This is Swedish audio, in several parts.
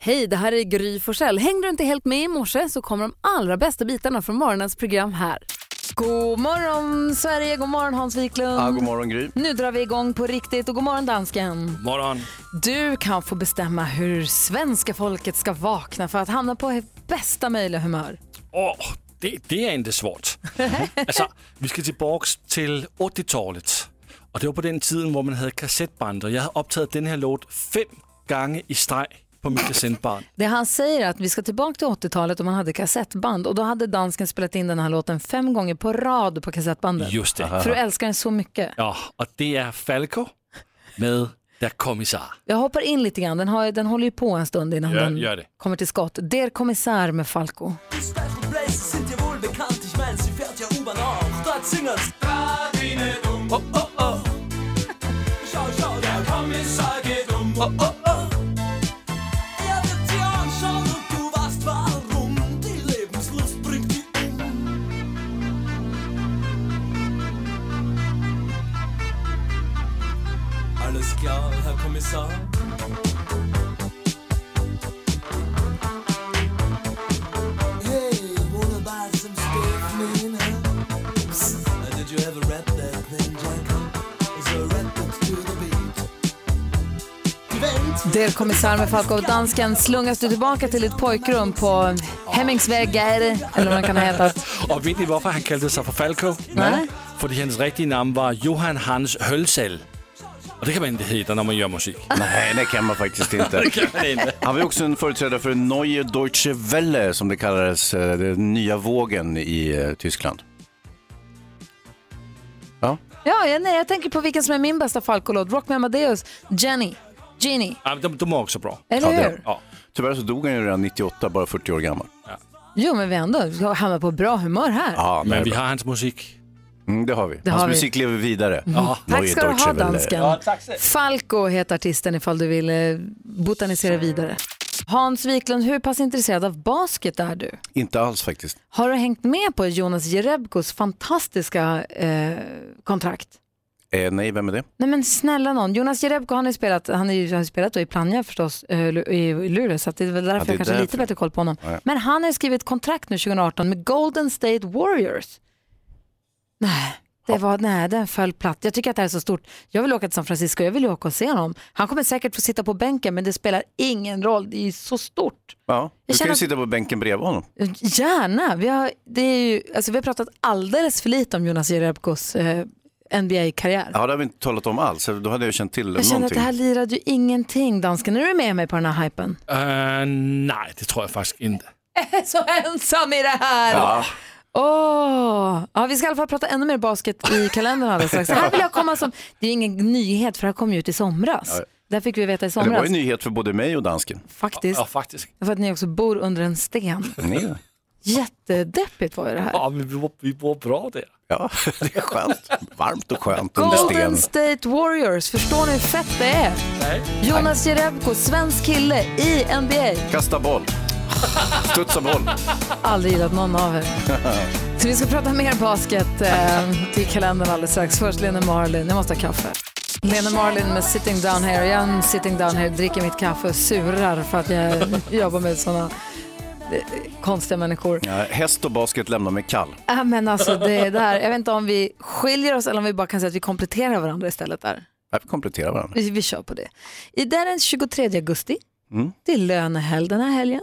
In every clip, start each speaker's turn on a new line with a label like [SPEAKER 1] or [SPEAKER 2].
[SPEAKER 1] Hej, det här är Gry Forssell. Hängde du inte helt med i morse så kommer de allra bästa bitarna från morgonens program här. God morgon Sverige, god morgon Hans Wiklund.
[SPEAKER 2] Ja, god morgon Gry.
[SPEAKER 1] Nu drar vi igång på riktigt och god morgon dansken.
[SPEAKER 2] Morgon.
[SPEAKER 1] Du kan få bestämma hur svenska folket ska vakna för att hamna på bästa möjliga humör.
[SPEAKER 3] Åh, det, det är inte svårt. alltså, vi ska tillbaks till 80-talet. Och det var på den tiden hvor man hade kassettband och jag har upptagit den här låt fem gånger i sträck på mitt kassettband.
[SPEAKER 1] Det han säger är att vi ska tillbaka till 80-talet och man hade kassettband och då hade dansken spelat in den här låten fem gånger på rad på kassettbandet.
[SPEAKER 3] Just det.
[SPEAKER 1] För du älskar den så mycket.
[SPEAKER 3] Ja, och det är Falco med Der Kommissar.
[SPEAKER 1] Jag hoppar in lite grann, den, har, den håller ju på en stund innan
[SPEAKER 3] Gör-
[SPEAKER 1] den
[SPEAKER 3] gör det.
[SPEAKER 1] kommer till skott. Der Kommissar med Falco.
[SPEAKER 4] Blaze sind dir wohl bekannt, ich mein, sie fährt ja U-Bahn auch. Dort singen's. Radine um. Oh, oh, oh. Schau, schau, der Kommissar geht um. Oh, oh, oh. Er wird dir anschauen und du weißt warum. Die Lebenslust bringt die um. Alles klar, Herr Kommissar. Hey, wanna buy some stiff huh? Uh, did you ever rap that thing, Jack? So rap it to the beat. Event.
[SPEAKER 1] Der Kommissar med Falco och dansken slungas du tillbaka till ett pojkrum på Hemmingsvägar eller vad den kan ha hetat.
[SPEAKER 3] Och vet ni varför han kallade sig för Falco?
[SPEAKER 1] Nej.
[SPEAKER 3] För hans riktiga namn var Johan Hans Hölsel. Och det kan man inte heta när man gör musik.
[SPEAKER 2] Nej, det kan man faktiskt inte.
[SPEAKER 3] Det kan man inte.
[SPEAKER 2] Han var ju också en företrädare för Neue Deutsche Welle som det kallades, eh, den nya vågen i eh, Tyskland. Ja,
[SPEAKER 1] Ja, jag, nej, jag tänker på vilken som är min bästa Falco-låt. Rock med Amadeus, Jenny, Ginny,
[SPEAKER 3] Ja, men de, de var också bra.
[SPEAKER 1] eller
[SPEAKER 2] Ja, det-
[SPEAKER 1] hur?
[SPEAKER 3] Ja.
[SPEAKER 2] tyvärr så dog han ju redan 98, bara 40 år gammal.
[SPEAKER 1] Jo, men vi ändå hamnar på bra humör här.
[SPEAKER 2] Ja,
[SPEAKER 3] Men vi har hans musik.
[SPEAKER 2] mm, det har vi.
[SPEAKER 1] Det
[SPEAKER 2] Hans
[SPEAKER 1] har vi.
[SPEAKER 2] musik lever vidare.
[SPEAKER 3] Mm.
[SPEAKER 1] Tack
[SPEAKER 2] Neue
[SPEAKER 1] ska du ha
[SPEAKER 2] Deutsche Welle.
[SPEAKER 1] dansken. Falco heter artisten ifall du vill eh, botanisera vidare. Hans Wiklund, hur pass intresserad av basket är du?
[SPEAKER 2] Inte alls faktiskt.
[SPEAKER 1] Har du hängt med på Jonas Jerebkos fantastiska eh, kontrakt?
[SPEAKER 2] Eh, nej, vem är det?
[SPEAKER 1] Nej men snälla någon, Jonas Jerebko han har ju spelat, han är ju- han har ju spelat då i Plannja förstås, eh, Lu- i Luleå, så att det är väl därför
[SPEAKER 2] det är
[SPEAKER 1] jag kanske har lite
[SPEAKER 2] därför.
[SPEAKER 1] bättre koll på honom.
[SPEAKER 2] Ja.
[SPEAKER 1] Men han har ju skrivit kontrakt nu 2018 med Golden State Warriors. Nej, det var, nej, den föll platt. Jag tycker att det här är så stort. Jag vill åka till San Francisco, jag vill ju åka och se honom. Han kommer säkert få sitta på bänken, men det spelar ingen roll, det är ju så stort.
[SPEAKER 2] Ja, du kan
[SPEAKER 1] känner-
[SPEAKER 2] ju sitta på bänken bredvid honom.
[SPEAKER 1] Gärna, vi har, det är ju, alltså, vi har pratat alldeles för lite om Jonas Jerebkos eh, NBA-karriär.
[SPEAKER 2] Ja, det har vi inte talat om alls. Då hade jag känt till
[SPEAKER 1] Jag känner att
[SPEAKER 2] någonting.
[SPEAKER 1] det här lirade ju ingenting, dansken. Är du med mig på den här hypen?
[SPEAKER 3] Eh, nej, det tror jag faktiskt inte.
[SPEAKER 1] Jag är så ensam i det här!
[SPEAKER 2] Ja.
[SPEAKER 1] Åh. Ja, vi ska i alla fall prata ännu mer basket i kalendern alldeles strax. Det här vill jag komma som... Det är ingen nyhet för det här kom ju ut i somras. Där fick vi veta i
[SPEAKER 2] Det var
[SPEAKER 1] somras,
[SPEAKER 2] ju en nyhet för både mig och dansken.
[SPEAKER 1] faktiskt.
[SPEAKER 3] Ja, faktiskt.
[SPEAKER 1] För att ni också bor under en sten.
[SPEAKER 2] Nej.
[SPEAKER 1] Jättedeppigt var ju det här.
[SPEAKER 3] Ja, men vi, bor- vi bor bra där.
[SPEAKER 2] Ja, det är skönt. Varmt och skönt under
[SPEAKER 1] Golden
[SPEAKER 2] sten.
[SPEAKER 1] State Warriors, förstår ni hur fett det är? Jonas Jerebko, svensk kille i NBA.
[SPEAKER 2] Kasta boll. Studsa boll.
[SPEAKER 1] aldrig gillat någon av er. Så vi ska prata mer basket eh, till kalendern alldeles strax. Först Lena Marlin, jag måste ha kaffe. Lena Marlin med Sitting Down Here. Jag är en sitting down here, dricker mitt kaffe och surar för att jag jobbar med sådana eh, konstiga människor.
[SPEAKER 2] Ja, häst och basket lämnar mig kall.
[SPEAKER 1] Äh, men alltså det där, jag vet inte om vi skiljer oss eller om vi bara kan säga att vi kompletterar varandra istället där.
[SPEAKER 2] Här vi kompletterar varandra.
[SPEAKER 1] Vi, vi kör på det. I det är den 23 augusti.
[SPEAKER 2] Mm.
[SPEAKER 1] Det är lönehelg den här helgen.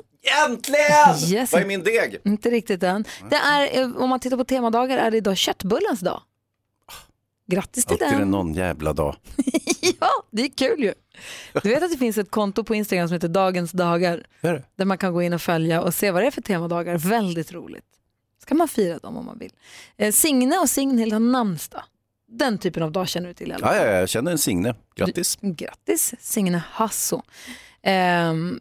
[SPEAKER 2] Äntligen!
[SPEAKER 1] Yes.
[SPEAKER 2] Vad är min Mm. deg?
[SPEAKER 1] Inte riktigt än. Det är, eh, om man tittar på temadagar är det idag köttbullens dag. Grattis till
[SPEAKER 2] Alltid är det
[SPEAKER 1] den.
[SPEAKER 2] någon jävla dag.
[SPEAKER 1] Ja, det är kul ju. Du vet att det finns ett konto på Instagram som heter Dagens dagar
[SPEAKER 2] Gör det?
[SPEAKER 1] där man kan gå in och följa och se vad det är för temadagar. Väldigt roligt. Ska man fira dem om man vill. Eh, Signe och Signhild har namnsdag. Den typen av dag känner du till i alla fall.
[SPEAKER 2] Ja, ja, jag känner en Signe. Grattis.
[SPEAKER 1] Grattis Signe Hasso. Ehm,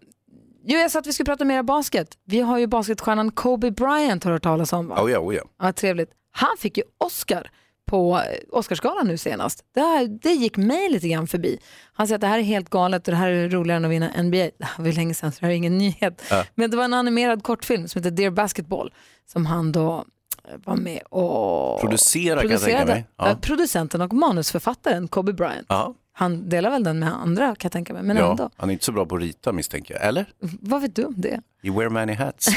[SPEAKER 1] jo, jag sa att vi skulle prata mer om basket. Vi har ju basketstjärnan Kobe Bryant har hört talas om. Va?
[SPEAKER 2] Oh ja, oh ja.
[SPEAKER 1] Ja, trevligt. Han fick ju Oscar på eh, Oscarsgalan nu senast. Det, här, det gick mig lite grann förbi. Han säger att det här är helt galet och det här är roligare än att vinna NBA. Det här var ju länge sedan så det här är ingen nyhet. Men det var en animerad kortfilm som heter Dear Basketball som han då eh, var med och
[SPEAKER 2] Producera kan jag tänka
[SPEAKER 1] producerade.
[SPEAKER 2] mig.
[SPEAKER 1] Eh,
[SPEAKER 2] Ja.
[SPEAKER 1] Producenten och manusförfattaren Kobe Bryant.
[SPEAKER 2] Ja.
[SPEAKER 1] Han delar väl den med andra kan jag tänka mig, men
[SPEAKER 2] Ja,
[SPEAKER 1] ändå.
[SPEAKER 2] han är inte så bra på att rita misstänker jag. Eller?
[SPEAKER 1] Vad vet du om det?
[SPEAKER 2] He wear many hats.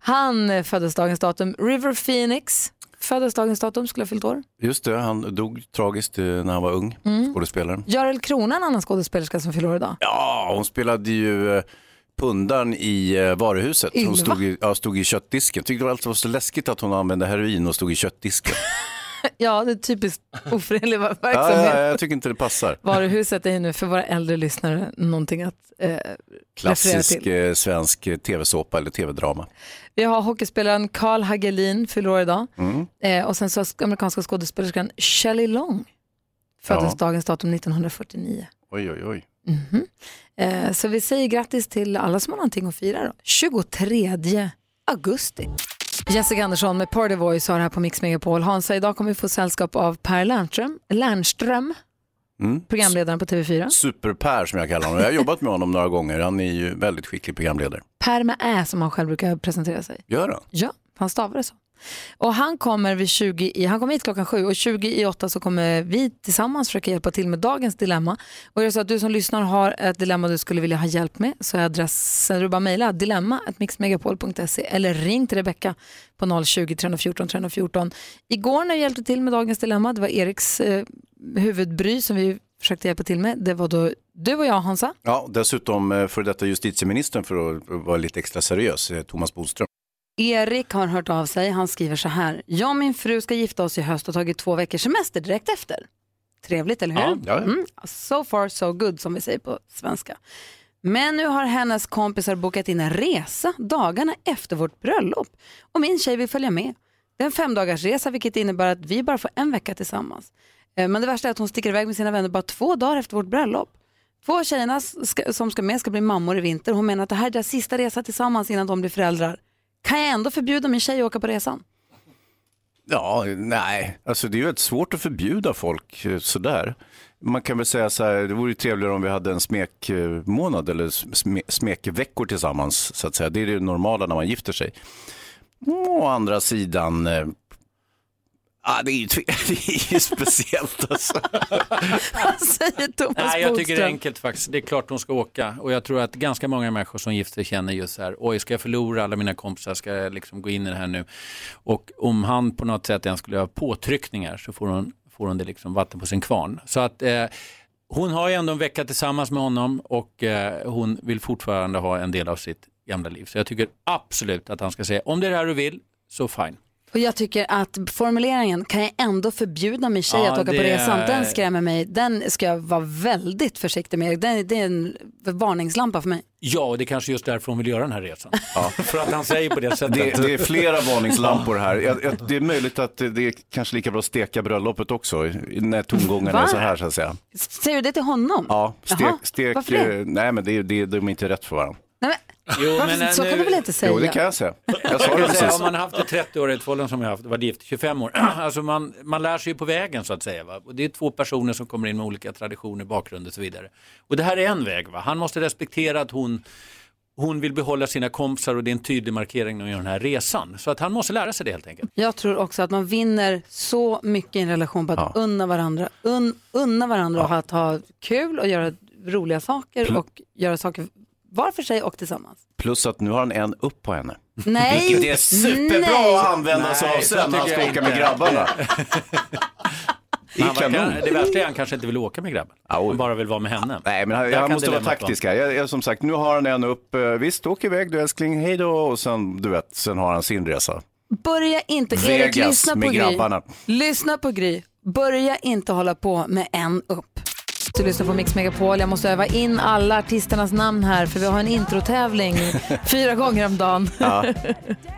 [SPEAKER 1] Han eh, föddes dagens datum. River Phoenix föddes dagens datum, skulle ha fyllt år.
[SPEAKER 2] Just det, han dog tragiskt eh, när han var ung,
[SPEAKER 1] Mm.
[SPEAKER 2] skådespelaren.
[SPEAKER 1] Görel Krona, en annan skådespelerska som fyller år idag.
[SPEAKER 2] Ja, hon spelade ju eh, pundan i eh, varuhuset.
[SPEAKER 1] Ylva.
[SPEAKER 2] Hon stod i, ja, stod i köttdisken. Tyckte det var alltid var så läskigt att hon använde heroin och stod i köttdisken.
[SPEAKER 1] Ja, det är typiskt oförenlig ver-
[SPEAKER 2] ja,
[SPEAKER 1] verksamhet.
[SPEAKER 2] ja, jag tycker inte det passar.
[SPEAKER 1] Varuhuset är ju nu för våra äldre lyssnare någonting att eh, referera
[SPEAKER 2] Klassisk
[SPEAKER 1] till.
[SPEAKER 2] eh, svensk eh, tv-såpa eller tv-drama.
[SPEAKER 1] Vi har hockeyspelaren Carl Hagelin, fyller år idag.
[SPEAKER 2] Mm.
[SPEAKER 1] Eh, och sen så amerikanska skådespelerskan Shelley Long, föddes
[SPEAKER 2] Ja.
[SPEAKER 1] dagens datum 1949.
[SPEAKER 2] Oj, oj, oj.
[SPEAKER 1] Eh, så vi säger grattis till alla som har någonting att fira då. 23 augusti. Jessica Andersson med Party Voice har det här på Mix Megapol. Hansa, idag kommer vi få sällskap av Per Lernström, Lernström
[SPEAKER 2] Mm.
[SPEAKER 1] programledaren på TV4.
[SPEAKER 2] Super-Per som jag kallar honom. Jag har jobbat med honom några gånger. Han är ju väldigt skicklig programledare.
[SPEAKER 1] Per med Ä som han själv brukar presentera sig.
[SPEAKER 2] Gör han?
[SPEAKER 1] Ja, han stavar det så. Och han kommer, vid 20 i, han kommer hit klockan sju och 20 i åtta så kommer vi tillsammans försöka hjälpa till med dagens dilemma. Och är det så att du som lyssnar har ett dilemma du skulle vilja ha hjälp med så är adressen, du bara mejla dilemma.mixmegapol.se eller ring till Rebecka på 020-314 314. Igår när vi hjälpte till med dagens dilemma, det var Eriks eh, huvudbry som vi försökte hjälpa till med, det var då du och jag Hansa.
[SPEAKER 2] Ja, dessutom eh, för detta justitieministern för att vara lite extra seriös, eh, Thomas Bodström.
[SPEAKER 1] Erik har hört av sig. Han skriver så här. Jag och min fru ska gifta oss i höst och tagit två veckors semester direkt efter. Trevligt, eller hur?
[SPEAKER 2] ja.
[SPEAKER 1] Mm. So far so good, som vi säger på svenska. Men nu har hennes kompisar bokat in en resa dagarna efter vårt bröllop och min tjej vill följa med. Det är en femdagarsresa vilket innebär att vi bara får en vecka tillsammans. Eh, Men det värsta är att hon sticker iväg med sina vänner bara två dagar efter vårt bröllop. Två av tjejerna ska, som ska med ska bli mammor i vinter. Hon menar att det här är deras sista resa tillsammans innan de blir föräldrar. Kan jag ändå förbjuda min tjej att åka på resan?
[SPEAKER 2] Ja, nej, alltså det är ju väldigt svårt att förbjuda folk eh, sådär. Man kan väl säga så här, det vore ju trevligare om vi hade en smekmånad eller sme, smekveckor tillsammans, så att säga. Det är det normala när man gifter sig. Å andra sidan, eh, ah, det, är ju, tve- det är ju speciellt alltså.
[SPEAKER 1] Vad säger Thomas
[SPEAKER 5] Nej, jag tycker det är
[SPEAKER 1] Alltså, Bodström?
[SPEAKER 5] enkelt faktiskt. Det är klart de ska åka. Och jag tror att ganska många människor som gifter sig känner just så här, oj, ska jag förlora alla mina kompisar? Ska jag liksom gå in i det här nu? Och om han på något sätt ens skulle göra påtryckningar så får hon, får hon det liksom vatten på sin kvarn. Så att eh, hon har ju ändå en vecka tillsammans med honom och eh, hon vill fortfarande ha en del av sitt gamla liv. Så jag tycker absolut att han ska säga, om det är det här du vill, så fine.
[SPEAKER 1] Och jag tycker att formuleringen kan jag ändå förbjuda min tjej
[SPEAKER 5] Ja,
[SPEAKER 1] att åka på
[SPEAKER 5] det
[SPEAKER 1] resan,
[SPEAKER 5] är-
[SPEAKER 1] den skrämmer mig. Den ska jag vara väldigt försiktig med. Den, det är en varningslampa för mig.
[SPEAKER 5] Ja, och det är kanske just därför hon vill göra den här resan. För att han säger på det sättet.
[SPEAKER 2] Det, det är flera varningslampor här. Jag, jag, det är möjligt att det det är kanske lika bra att steka bröllopet också, när tongångarna
[SPEAKER 1] Va?
[SPEAKER 2] är så här så att säga.
[SPEAKER 1] Säger du det till honom?
[SPEAKER 2] Ja, stek,
[SPEAKER 1] Jaha,
[SPEAKER 2] stek,
[SPEAKER 1] varför det?
[SPEAKER 2] eh, nej men det, det, de är inte rätt för varandra.
[SPEAKER 1] Nej,
[SPEAKER 5] Jo,
[SPEAKER 1] men, varför,
[SPEAKER 5] äh,
[SPEAKER 1] så kan du väl inte säga?
[SPEAKER 2] Jo, det kan jag säga. Jag sa
[SPEAKER 5] Jag
[SPEAKER 2] det
[SPEAKER 5] kan säga,
[SPEAKER 2] precis.
[SPEAKER 5] om man har haft ett 30-årigt förhållande som jag har haft, varit gift i 25 år, alltså man, man lär sig ju på vägen så att säga. Va? Och det är två personer som kommer in med olika traditioner, bakgrund och så vidare. Och det här är en väg, va? han måste respektera att hon, hon vill behålla sina kompisar och det är en tydlig markering när hon gör den här resan. Så att han måste lära sig det helt enkelt.
[SPEAKER 1] Jag tror också att man vinner så mycket i en relation på att unna varandra, un, unna varandra och att ha kul och göra roliga saker och göra saker var för sig och tillsammans.
[SPEAKER 2] Plus att nu har han en upp på henne.
[SPEAKER 1] Nej,
[SPEAKER 2] Det är superbra
[SPEAKER 1] nej.
[SPEAKER 2] att använda sig av
[SPEAKER 5] Nej, så
[SPEAKER 2] sen när han
[SPEAKER 5] tycker
[SPEAKER 2] ska
[SPEAKER 5] jag
[SPEAKER 2] åka med grabbarna. Det är
[SPEAKER 5] Han verkar, det
[SPEAKER 2] kanon.
[SPEAKER 5] värsta är att han kanske inte vill åka med grabben,
[SPEAKER 2] Au.
[SPEAKER 5] han bara vill vara med henne.
[SPEAKER 2] Nej, men han,
[SPEAKER 5] Där
[SPEAKER 2] han
[SPEAKER 5] kan
[SPEAKER 2] måste vara
[SPEAKER 5] dilemmat
[SPEAKER 2] taktisk här. Jag, jag, som sagt, nu har han en upp. Eh, Visst, åk iväg du älskling, hej då. Och sen, du vet, sen har han sin resa.
[SPEAKER 1] Börja inte, Erik,
[SPEAKER 2] Vegas
[SPEAKER 1] lyssna på
[SPEAKER 2] med
[SPEAKER 1] Gry.
[SPEAKER 2] grabbarna.
[SPEAKER 1] Lyssna på Gry. Börja inte hålla på med en upp. Du lyssnar på Mix Megapol. Jag måste öva in alla artisternas namn här för vi har en introtävling fyra gånger om dagen.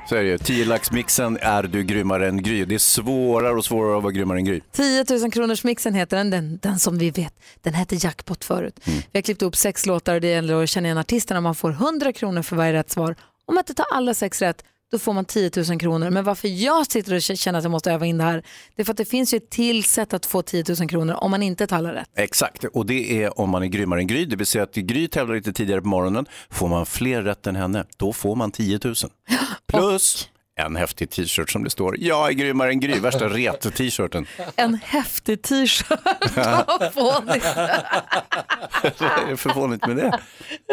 [SPEAKER 2] Så är det ju. Tiolaxmixen är du grymmare än Gry. Det är svårare och svårare att vara grymmare än Gry.
[SPEAKER 1] 10 000 kronors mixen heter den, den, den som vi vet. Den hette Jackpot förut. Vi har klippt upp sex låtar och det gäller att känna igen artisterna. Man får 100 kronor för varje rätt svar. Om man inte tar alla sex rätt, då får man 10 000 kronor. Men varför jag sitter och k- känner att jag måste öva in det här, det är för att det finns ju ett till sätt att få 10 000 kronor om man inte tar alla rätt.
[SPEAKER 2] Exakt, och det är om man är grymmare än Gry. Det vill säga att Gry tävlar lite tidigare på morgonen. Får man fler rätt än henne, då får man 10 000. Plus en häftig t-shirt som det står “Jag är grymmare än Gry”, värsta reto-t-shirten.
[SPEAKER 1] En häftig t-shirt. Vad fånigt.
[SPEAKER 2] Vad är det för fånigt med det?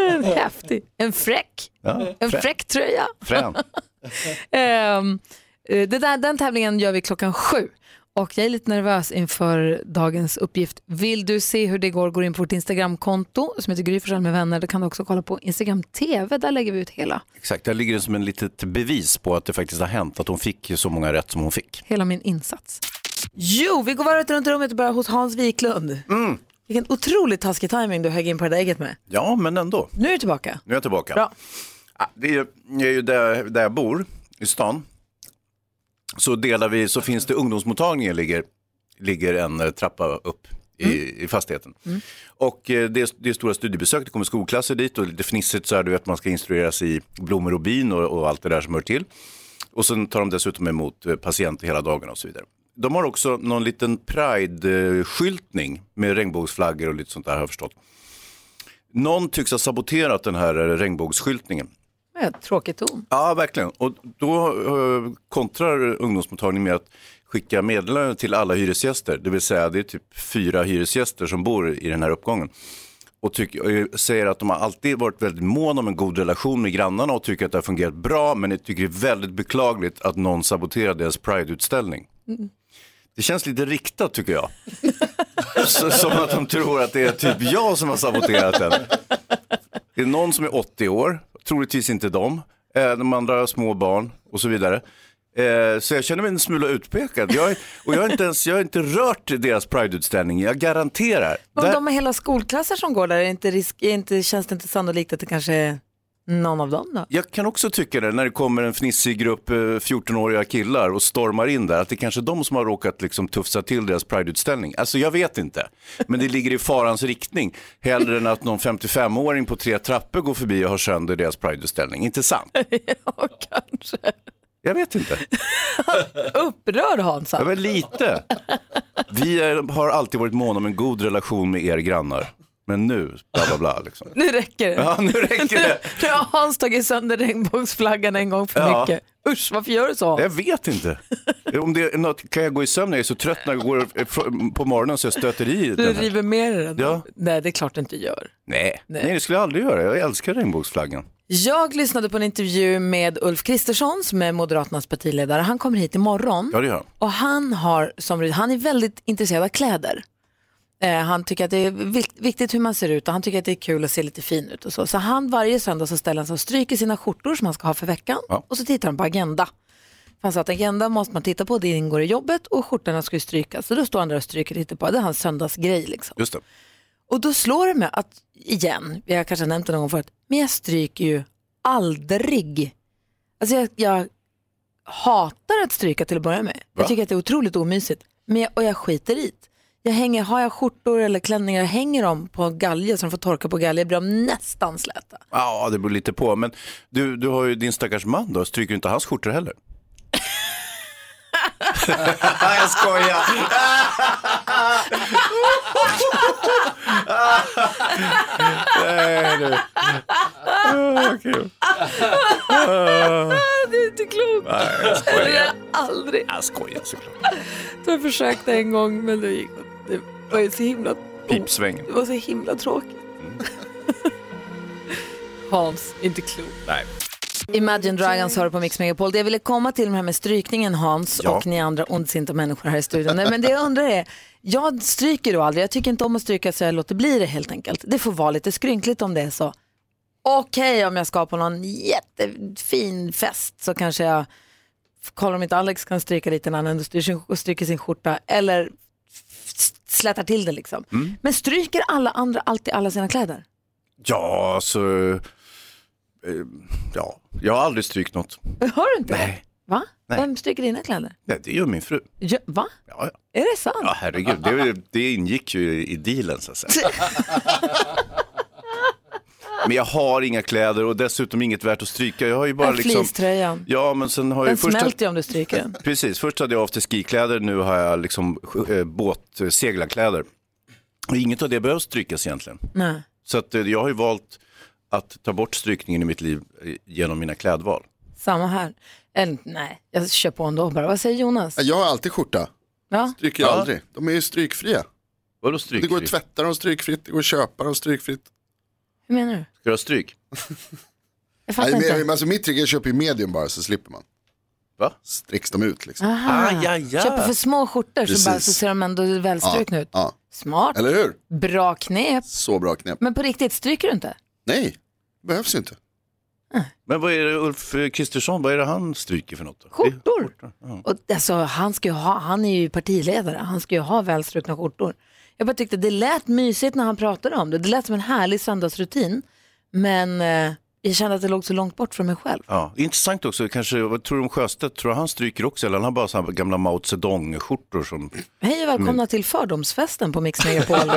[SPEAKER 1] En häftig. En fräck.
[SPEAKER 2] Ja,
[SPEAKER 1] En
[SPEAKER 2] frä-
[SPEAKER 1] fräck tröja.
[SPEAKER 2] Frän.
[SPEAKER 1] Ehm, eh, det där, den tävlingen gör vi klockan sju. Och jag är lite nervös inför dagens uppgift. Vill du se hur det går, går in på vårt Instagramkonto som heter Gry Forssell med vänner. Då kan du också kolla på Instagram TV, där lägger vi ut hela,
[SPEAKER 2] Exakt, där ligger det som en litet bevis på att det faktiskt har hänt, att hon fick så många rätt som hon fick.
[SPEAKER 1] hela min insats. Jo, vi går varvet runt i rummet och börjar hos Hans Wiklund. Vilken otroligt taskig timing du högg in på det där ägget med.
[SPEAKER 2] Ja, men ändå.
[SPEAKER 1] Nu är du tillbaka.
[SPEAKER 2] Nu är jag tillbaka.
[SPEAKER 1] Bra.
[SPEAKER 2] Ja, Det är ju, det är ju där, där jag bor, i stan. Så delar vi, så finns det ungdomsmottagningen ligger, ligger en eh, trappa upp i, i fastigheten. Och eh, det är, det är stora studiebesök, det kommer skolklasser dit och lite fnissigt så här, du vet man ska instrueras i blommor och bin och, och allt det där som hör till. Och sen tar de dessutom emot eh, patienter hela dagen och så vidare. De har också någon liten pride-skyltning med regnbågsflaggor och lite sånt där har jag förstått. Någon tycks ha saboterat den här eh, regnbågsskyltningen.
[SPEAKER 1] Med tråkig ton.
[SPEAKER 2] Ja, verkligen. Och då eh, kontrar ungdomsmottagningen med att skicka meddelanden till alla hyresgäster. Det vill säga det är typ fyra hyresgäster som bor i den här uppgången. Och, tycker, och eh, säger att de har alltid varit väldigt mån om en god relation med grannarna och tycker att det har fungerat bra. Men de tycker det är väldigt beklagligt att någon saboterar deras Pride-utställning. Det känns lite riktat tycker jag. Så, som att de tror att det är typ jag som har saboterat den. Det är någon som är 80 år, troligtvis inte dem. Eh, De andra har små barn och så vidare. Eh, Så jag känner mig en smula utpekad. Jag är, och jag har inte, ens, jag har inte rört deras Pride-utställning, jag garanterar.
[SPEAKER 1] Om
[SPEAKER 2] Där-
[SPEAKER 1] de har hela skolklasser som går där, är inte risk, är inte, känns det inte sannolikt att det kanske är någon av dem då?
[SPEAKER 2] Jag kan också tycka det när det kommer en fnissig grupp eh, 14-åriga killar och stormar in där, att det kanske är de som har råkat liksom tufsa till deras Pride-utställning. Alltså jag vet inte, men det ligger i farans riktning. Hellre än att någon 55-åring på tre trappor går förbi och har sönder deras Pride-utställning. Inte sant?
[SPEAKER 1] Ja, kanske.
[SPEAKER 2] Jag vet inte.
[SPEAKER 1] Upprörd
[SPEAKER 2] Ja,
[SPEAKER 1] Hansa.
[SPEAKER 2] men lite. Vi är, har alltid varit måna om en god relation med er grannar. Men nu, bla bla bla. Liksom.
[SPEAKER 1] Nu räcker det.
[SPEAKER 2] Ja, nu räcker det.
[SPEAKER 1] Nu har Hans tagit sönder regnbågsflaggan en gång för
[SPEAKER 2] Ja.
[SPEAKER 1] mycket. Usch, varför gör du så?
[SPEAKER 2] Jag vet inte. Om det är något, kan jag gå i sömn? Jag är så trött när jag går fr- på morgonen så jag stöter i
[SPEAKER 1] Du
[SPEAKER 2] den här.
[SPEAKER 1] river med den.
[SPEAKER 2] Ja.
[SPEAKER 1] Nej, det är klart du inte gör.
[SPEAKER 2] Nej. Nej, det skulle jag aldrig göra. Jag älskar regnbågsflaggan.
[SPEAKER 1] Jag lyssnade på en intervju med Ulf Kristersson som är Moderaternas partiledare. Han kommer hit imorgon.
[SPEAKER 2] Ja, det gör jag.
[SPEAKER 1] Och han, har, som, han är väldigt intresserad av kläder. Eh, han tycker att det är vik- viktigt hur man ser ut och han tycker att det är kul att se lite fin ut. Och så. så han varje söndag så ställer han sig och stryker sina skjortor som han ska ha för veckan
[SPEAKER 2] Ja.
[SPEAKER 1] och så tittar han på Agenda. För Han sa att Agenda måste man titta på, det ingår i jobbet och skjortorna ska ju strykas. Så då står han där och stryker lite på, det är hans söndagsgrej liksom.
[SPEAKER 2] Just det.
[SPEAKER 1] Och då slår det mig att, igen, jag kanske har nämnt det någon gång förut, men jag stryker ju aldrig. Alltså jag, jag hatar att stryka till att börja med. Jag
[SPEAKER 2] Va?
[SPEAKER 1] tycker att det är otroligt omysigt. Men jag, och jag skiter i det. Jag hänger, har jag skjortor eller klänningar, jag hänger dem på en galge så de får torka på galge, blir de nästan släta.
[SPEAKER 2] Ja, det beror lite på. Men du, du har ju din stackars man då. Stryker du inte hans skjortor heller? jag skojar. Nej, du. Åh, kul.
[SPEAKER 1] Det är inte klokt.
[SPEAKER 2] Nej, jag skojar.
[SPEAKER 1] Aldrig.
[SPEAKER 2] Jag skojar såklart.
[SPEAKER 1] Jag försökte en gång men det gick Det var ju så himla,
[SPEAKER 2] Pipsvängen.
[SPEAKER 1] det var så himla tråkigt. Mm. Hans, inte klokt.
[SPEAKER 2] Nej.
[SPEAKER 1] Imagine Dragons hör på Mix Megapol. Det jag ville komma till med det här med strykningen Hans
[SPEAKER 2] Ja.
[SPEAKER 1] och ni andra ondsinta människor här i studion. Nej, men det jag undrar är, jag stryker då aldrig. Jag tycker inte om att stryka så jag låter bli det helt enkelt. Det får vara lite skrynkligt om det är så. Okej om jag ska på någon jättefin fest så kanske jag kollar om inte Alex kan stryka lite när han ändå styr sin- och stryker sin skjorta eller f- slätar till det liksom.
[SPEAKER 2] Mm.
[SPEAKER 1] Men stryker alla andra alltid alla sina kläder?
[SPEAKER 2] Ja, alltså. eh, Ja, jag har aldrig strykt något.
[SPEAKER 1] Har du inte det?
[SPEAKER 2] Nej,
[SPEAKER 1] Va?
[SPEAKER 2] Nej.
[SPEAKER 1] Vem stryker dina kläder?
[SPEAKER 2] Nej det gör min fru.
[SPEAKER 1] Ja, va?
[SPEAKER 2] Ja,
[SPEAKER 1] Är
[SPEAKER 2] ja.
[SPEAKER 1] det sant?
[SPEAKER 2] Ja, herregud. Det, det ingick ju i- i dealen så att säga. Men jag har inga kläder och dessutom inget värt att stryka. Jag har ju bara
[SPEAKER 1] Den
[SPEAKER 2] liksom...
[SPEAKER 1] fleecetröjan.
[SPEAKER 2] Ja, men sen har jag
[SPEAKER 1] Den
[SPEAKER 2] ju först...
[SPEAKER 1] smälter ju om du stryker den.
[SPEAKER 2] Precis, först hade jag afterski-kläder, nu har jag liksom eh, båtseglarkläder. Och inget av det behöver strykas egentligen.
[SPEAKER 1] Nej.
[SPEAKER 2] Så att, eh, jag har ju valt att ta bort strykningen i mitt liv eh, genom mina klädval.
[SPEAKER 1] Samma här. Eller, nej, jag kör på ändå bara. Vad säger Jonas?
[SPEAKER 6] Jag har alltid skjorta,
[SPEAKER 1] Ja,
[SPEAKER 6] stryker
[SPEAKER 2] Ja.
[SPEAKER 6] aldrig. De är ju strykfria.
[SPEAKER 2] Vadå
[SPEAKER 6] Det
[SPEAKER 2] stryk?
[SPEAKER 6] går att tvätta dem strykfritt, det går att köpa dem strykfritt.
[SPEAKER 1] hur menar du?
[SPEAKER 2] Ska du ha stryk?
[SPEAKER 1] Jag fattar
[SPEAKER 6] Nej, men,
[SPEAKER 1] inte.
[SPEAKER 6] men alltså, mitt trick är att köpa i medium bara så slipper man.
[SPEAKER 2] Va?
[SPEAKER 6] Stricks de ut liksom.
[SPEAKER 1] Aha.
[SPEAKER 2] Ah, ja, ja.
[SPEAKER 1] Köper för små skjortor så, bara,
[SPEAKER 6] Precis.
[SPEAKER 1] så ser de ändå välstrukna ut.
[SPEAKER 6] Ja,
[SPEAKER 1] Smart,
[SPEAKER 6] eller hur?
[SPEAKER 1] bra knep.
[SPEAKER 6] Så bra knep.
[SPEAKER 1] Men på riktigt, stryker du inte?
[SPEAKER 6] Nej, det behövs ju inte.
[SPEAKER 2] Men vad är det Ulf Kristersson, vad är det han stryker för något? Då?
[SPEAKER 1] Skjortor.
[SPEAKER 2] Ja.
[SPEAKER 1] Och, alltså, han, ska ju ha, han är ju partiledare, han ska ju ha välstrukna skjortor. Jag bara tyckte det lät mysigt när han pratade om det. Det lät som en härlig söndagsrutin. Men eh, jag kände att det låg så långt bort från mig själv.
[SPEAKER 2] Ja, intressant också, kanske, vad tror du om Sjöstedt, tror du han stryker också eller han har bara så här gamla Mao Zedong-skjortor som...
[SPEAKER 1] Hej och välkomna
[SPEAKER 6] Mm.
[SPEAKER 1] till fördomsfesten på Mix Megapol.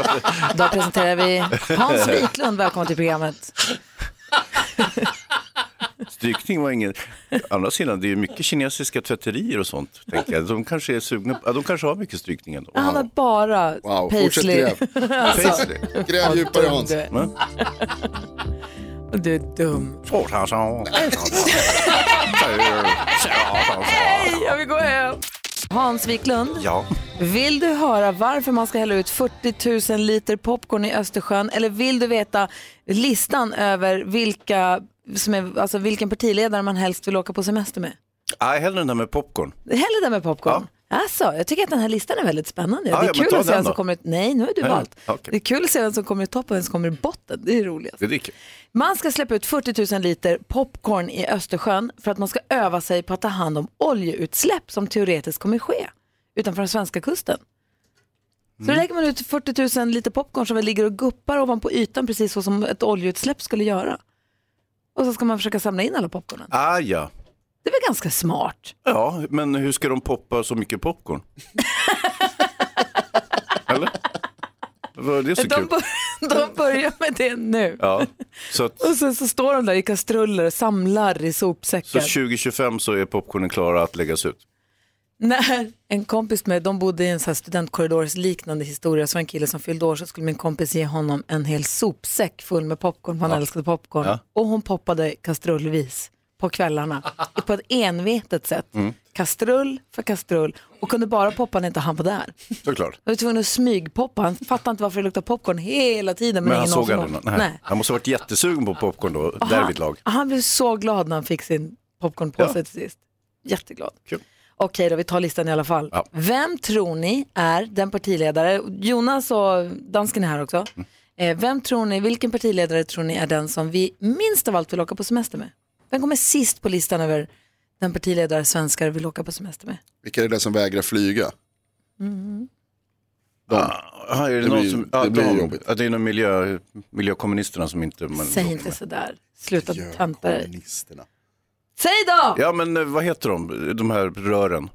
[SPEAKER 1] Idag presenterar vi Hans Wiklund, välkommen till programmet.
[SPEAKER 2] Strykning var ingen... Å andra sidan, det är ju mycket kinesiska tvätterier och sånt, tänker jag. De kanske är sugna, på- ja, de kanske har mycket strykning ändå.
[SPEAKER 1] Han har bara
[SPEAKER 6] Wow, fortsätt
[SPEAKER 1] paisley.
[SPEAKER 6] gräv. Paisley. Gräv djupare Hans. Mm.
[SPEAKER 1] Du,
[SPEAKER 2] Men-
[SPEAKER 1] du är dum. Hej, jag vill gå hem. Hans Wiklund,
[SPEAKER 2] Ja.
[SPEAKER 1] vill du höra varför man ska hälla ut 40 000 liter popcorn i Östersjön eller vill du veta listan över vilka som är, alltså vilken partiledare man helst vill åka på semester med?
[SPEAKER 2] Nej, hellre den där med popcorn.
[SPEAKER 1] Hellre den med popcorn. Alltså, jag tycker att den här listan är väldigt spännande.
[SPEAKER 2] Ja,
[SPEAKER 1] det
[SPEAKER 2] ja,
[SPEAKER 1] är
[SPEAKER 2] men
[SPEAKER 1] kul
[SPEAKER 2] ta
[SPEAKER 1] att se
[SPEAKER 2] den
[SPEAKER 1] vem som
[SPEAKER 2] då.
[SPEAKER 1] kommer ut. Nej, nu är du
[SPEAKER 2] Nej,
[SPEAKER 1] valt.
[SPEAKER 2] okej.
[SPEAKER 1] Det är kul att se vem som kommer i topp och vem som kommer i botten. Det är roligast.
[SPEAKER 2] Det är kul.
[SPEAKER 1] Man ska släppa ut 40 000 liter popcorn i Östersjön för att man ska öva sig på att ta hand om oljeutsläpp som teoretiskt kommer ske utanför den svenska kusten. Så
[SPEAKER 2] Mm.
[SPEAKER 1] då lägger man ut 40 000 liter popcorn som väl ligger och guppar ovanpå ytan precis så som ett oljeutsläpp skulle göra. Och så ska man försöka samla in alla popcornen.
[SPEAKER 2] Ah, ja.
[SPEAKER 1] Det är väl ganska smart?
[SPEAKER 2] ja, men hur ska de poppa så mycket popcorn? Eller? Var det så
[SPEAKER 1] De,
[SPEAKER 2] kul?
[SPEAKER 1] bör, de börjar med det nu.
[SPEAKER 2] Ja, så att
[SPEAKER 1] Och sen så står de där i kastruller och samlar i
[SPEAKER 2] Så
[SPEAKER 1] sopsäckar.
[SPEAKER 2] 2025 så är popcornen klara att läggas ut.
[SPEAKER 1] När en kompis med, de bodde i en så här studentkorridorsliknande historia, så var en kille som fyllde år så skulle min kompis ge honom en hel sopsäck full med popcorn, för han älskade popcorn.
[SPEAKER 2] Ja.
[SPEAKER 1] Och hon poppade kastrullvis på kvällarna, på ett envetet sätt.
[SPEAKER 2] Mm.
[SPEAKER 1] Kastrull för kastrull och kunde bara poppa när inte han var där.
[SPEAKER 2] Såklart.
[SPEAKER 1] Jag var tvungen att smygpoppa, han fattade inte varför det luktade popcorn hela tiden.
[SPEAKER 2] Men han
[SPEAKER 1] ingen
[SPEAKER 2] såg
[SPEAKER 1] någonsin
[SPEAKER 2] aldrig någon.
[SPEAKER 1] åt.
[SPEAKER 2] Nej. Han måste ha varit jättesugen på popcorn då,
[SPEAKER 1] Och
[SPEAKER 2] därvidlag.
[SPEAKER 1] Han, han blev så glad när han fick sin popcornpåse till sist. Jätteglad.
[SPEAKER 2] Kul.
[SPEAKER 1] Okej då, vi tar listan i alla fall.
[SPEAKER 2] Ja.
[SPEAKER 1] Vem tror ni är den partiledare, Jonas och dansken är här också.
[SPEAKER 2] Mm.
[SPEAKER 1] Eh, Vem tror ni, vilken partiledare tror ni är den som vi minst av allt vill åka på semester med? Vem kommer sist på listan över den partiledare svenskar vill åka på semester med?
[SPEAKER 6] Vilka är det som vägrar flyga?
[SPEAKER 2] Ah, är det,
[SPEAKER 6] Det
[SPEAKER 2] någon
[SPEAKER 6] blir-
[SPEAKER 2] som,
[SPEAKER 6] det
[SPEAKER 2] ah,
[SPEAKER 6] blir
[SPEAKER 2] de-
[SPEAKER 6] jobbigt.
[SPEAKER 2] ah, det är någon miljö, miljökommunisterna som inte... Man,
[SPEAKER 1] Säg inte sådär, sluta tönta dig.
[SPEAKER 6] Kommunisterna.
[SPEAKER 1] Säg då!
[SPEAKER 2] Ja men eh, vad heter de, de här rören?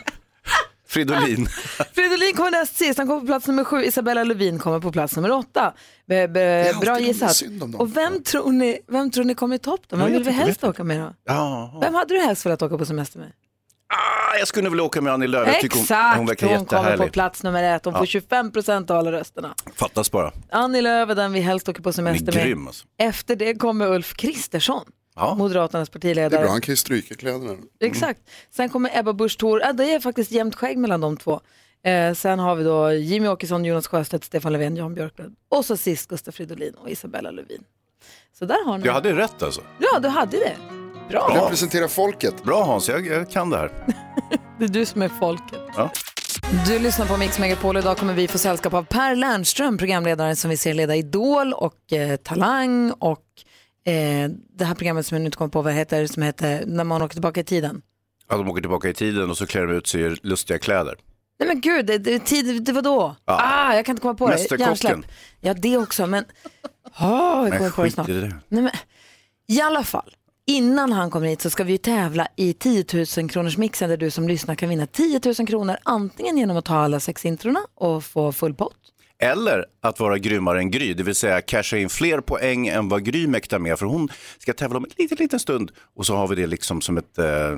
[SPEAKER 2] Fridolin.
[SPEAKER 1] Fridolin kommer näst sist, han kommer på plats nummer sju. Isabella Lövin kommer på plats nummer åtta. Be, be,
[SPEAKER 6] alltid
[SPEAKER 1] bra
[SPEAKER 6] de-
[SPEAKER 1] gissat.
[SPEAKER 6] synd om dem.
[SPEAKER 1] Och vem tror ni, vem tror ni kommer i topp då? Vem
[SPEAKER 2] Ja, jag
[SPEAKER 1] vill vi
[SPEAKER 2] tycker
[SPEAKER 1] helst åka med då?
[SPEAKER 2] Ah,
[SPEAKER 1] Vem hade du helst velat åka på semester med?
[SPEAKER 2] ah, jag skulle vilja åka med Annie Lööf, jag tycker hon,
[SPEAKER 1] Exakt,
[SPEAKER 2] hon
[SPEAKER 1] hon,
[SPEAKER 2] verkar
[SPEAKER 1] kommer på
[SPEAKER 2] jättehärlig.
[SPEAKER 1] plats nummer ett. Hon får 25 procent av alla rösterna.
[SPEAKER 2] Fattas bara,
[SPEAKER 1] Annie Lööf är den vi helst åker på
[SPEAKER 2] hon är
[SPEAKER 1] semester med.
[SPEAKER 2] grym alltså.
[SPEAKER 1] Efter det kommer Ulf Kristersson,
[SPEAKER 2] Ja.
[SPEAKER 1] Moderaternas
[SPEAKER 6] Det är
[SPEAKER 1] partiledare.
[SPEAKER 6] bra, han kan ju stryka kläderna.
[SPEAKER 2] Mm.
[SPEAKER 1] Exakt. Sen kommer Ebba Busch Thor. Ja, det är faktiskt jämnt skägg mellan de två. Eh, sen har vi då Jimmy Åkesson, Jonas Sjöstedt, Stefan Löfven, Jan Björklund. Och så sist Gustaf Fridolin och Isabella Lövin. Så där har ni.
[SPEAKER 2] Jag hade rätt alltså.
[SPEAKER 1] Ja, du hade det. Bra.
[SPEAKER 6] Representera folket.
[SPEAKER 2] Bra Hans, jag, jag kan det här.
[SPEAKER 1] Det är du som är folket.
[SPEAKER 2] Ja.
[SPEAKER 1] Du lyssnar på Mix Megapol. Idag kommer vi få sällskap av Per Lernström, programledaren som vi ser leda Idol och eh, Talang och eh, det här programmet som jag nu inte kommer på vad det heter, som heter När man åker tillbaka i tiden.
[SPEAKER 2] Ja, de åker tillbaka i tiden och så klär de ut sig i lustiga kläder.
[SPEAKER 1] Nej men gud, det, det, tid, det var då.
[SPEAKER 2] Ja.
[SPEAKER 1] Ah, jag kan inte komma på det.
[SPEAKER 2] Mästerkocken.
[SPEAKER 1] Hjärnsläpp. Ja, det också, men... Oh, jag kommer på det
[SPEAKER 2] skit
[SPEAKER 1] snart.
[SPEAKER 2] i det.
[SPEAKER 1] Nej, men... I alla fall, innan han kommer hit så ska vi ju tävla i 10 000 kronors mixen där du som lyssnar kan vinna 10 000 kronor antingen genom att ta alla sex introna och få full pott.
[SPEAKER 2] Eller att vara grymmare än Gry, det vill säga casha in fler poäng än vad Gry mäktar med. För hon ska tävla om en liten, liten stund och så har vi det liksom som ett... eh,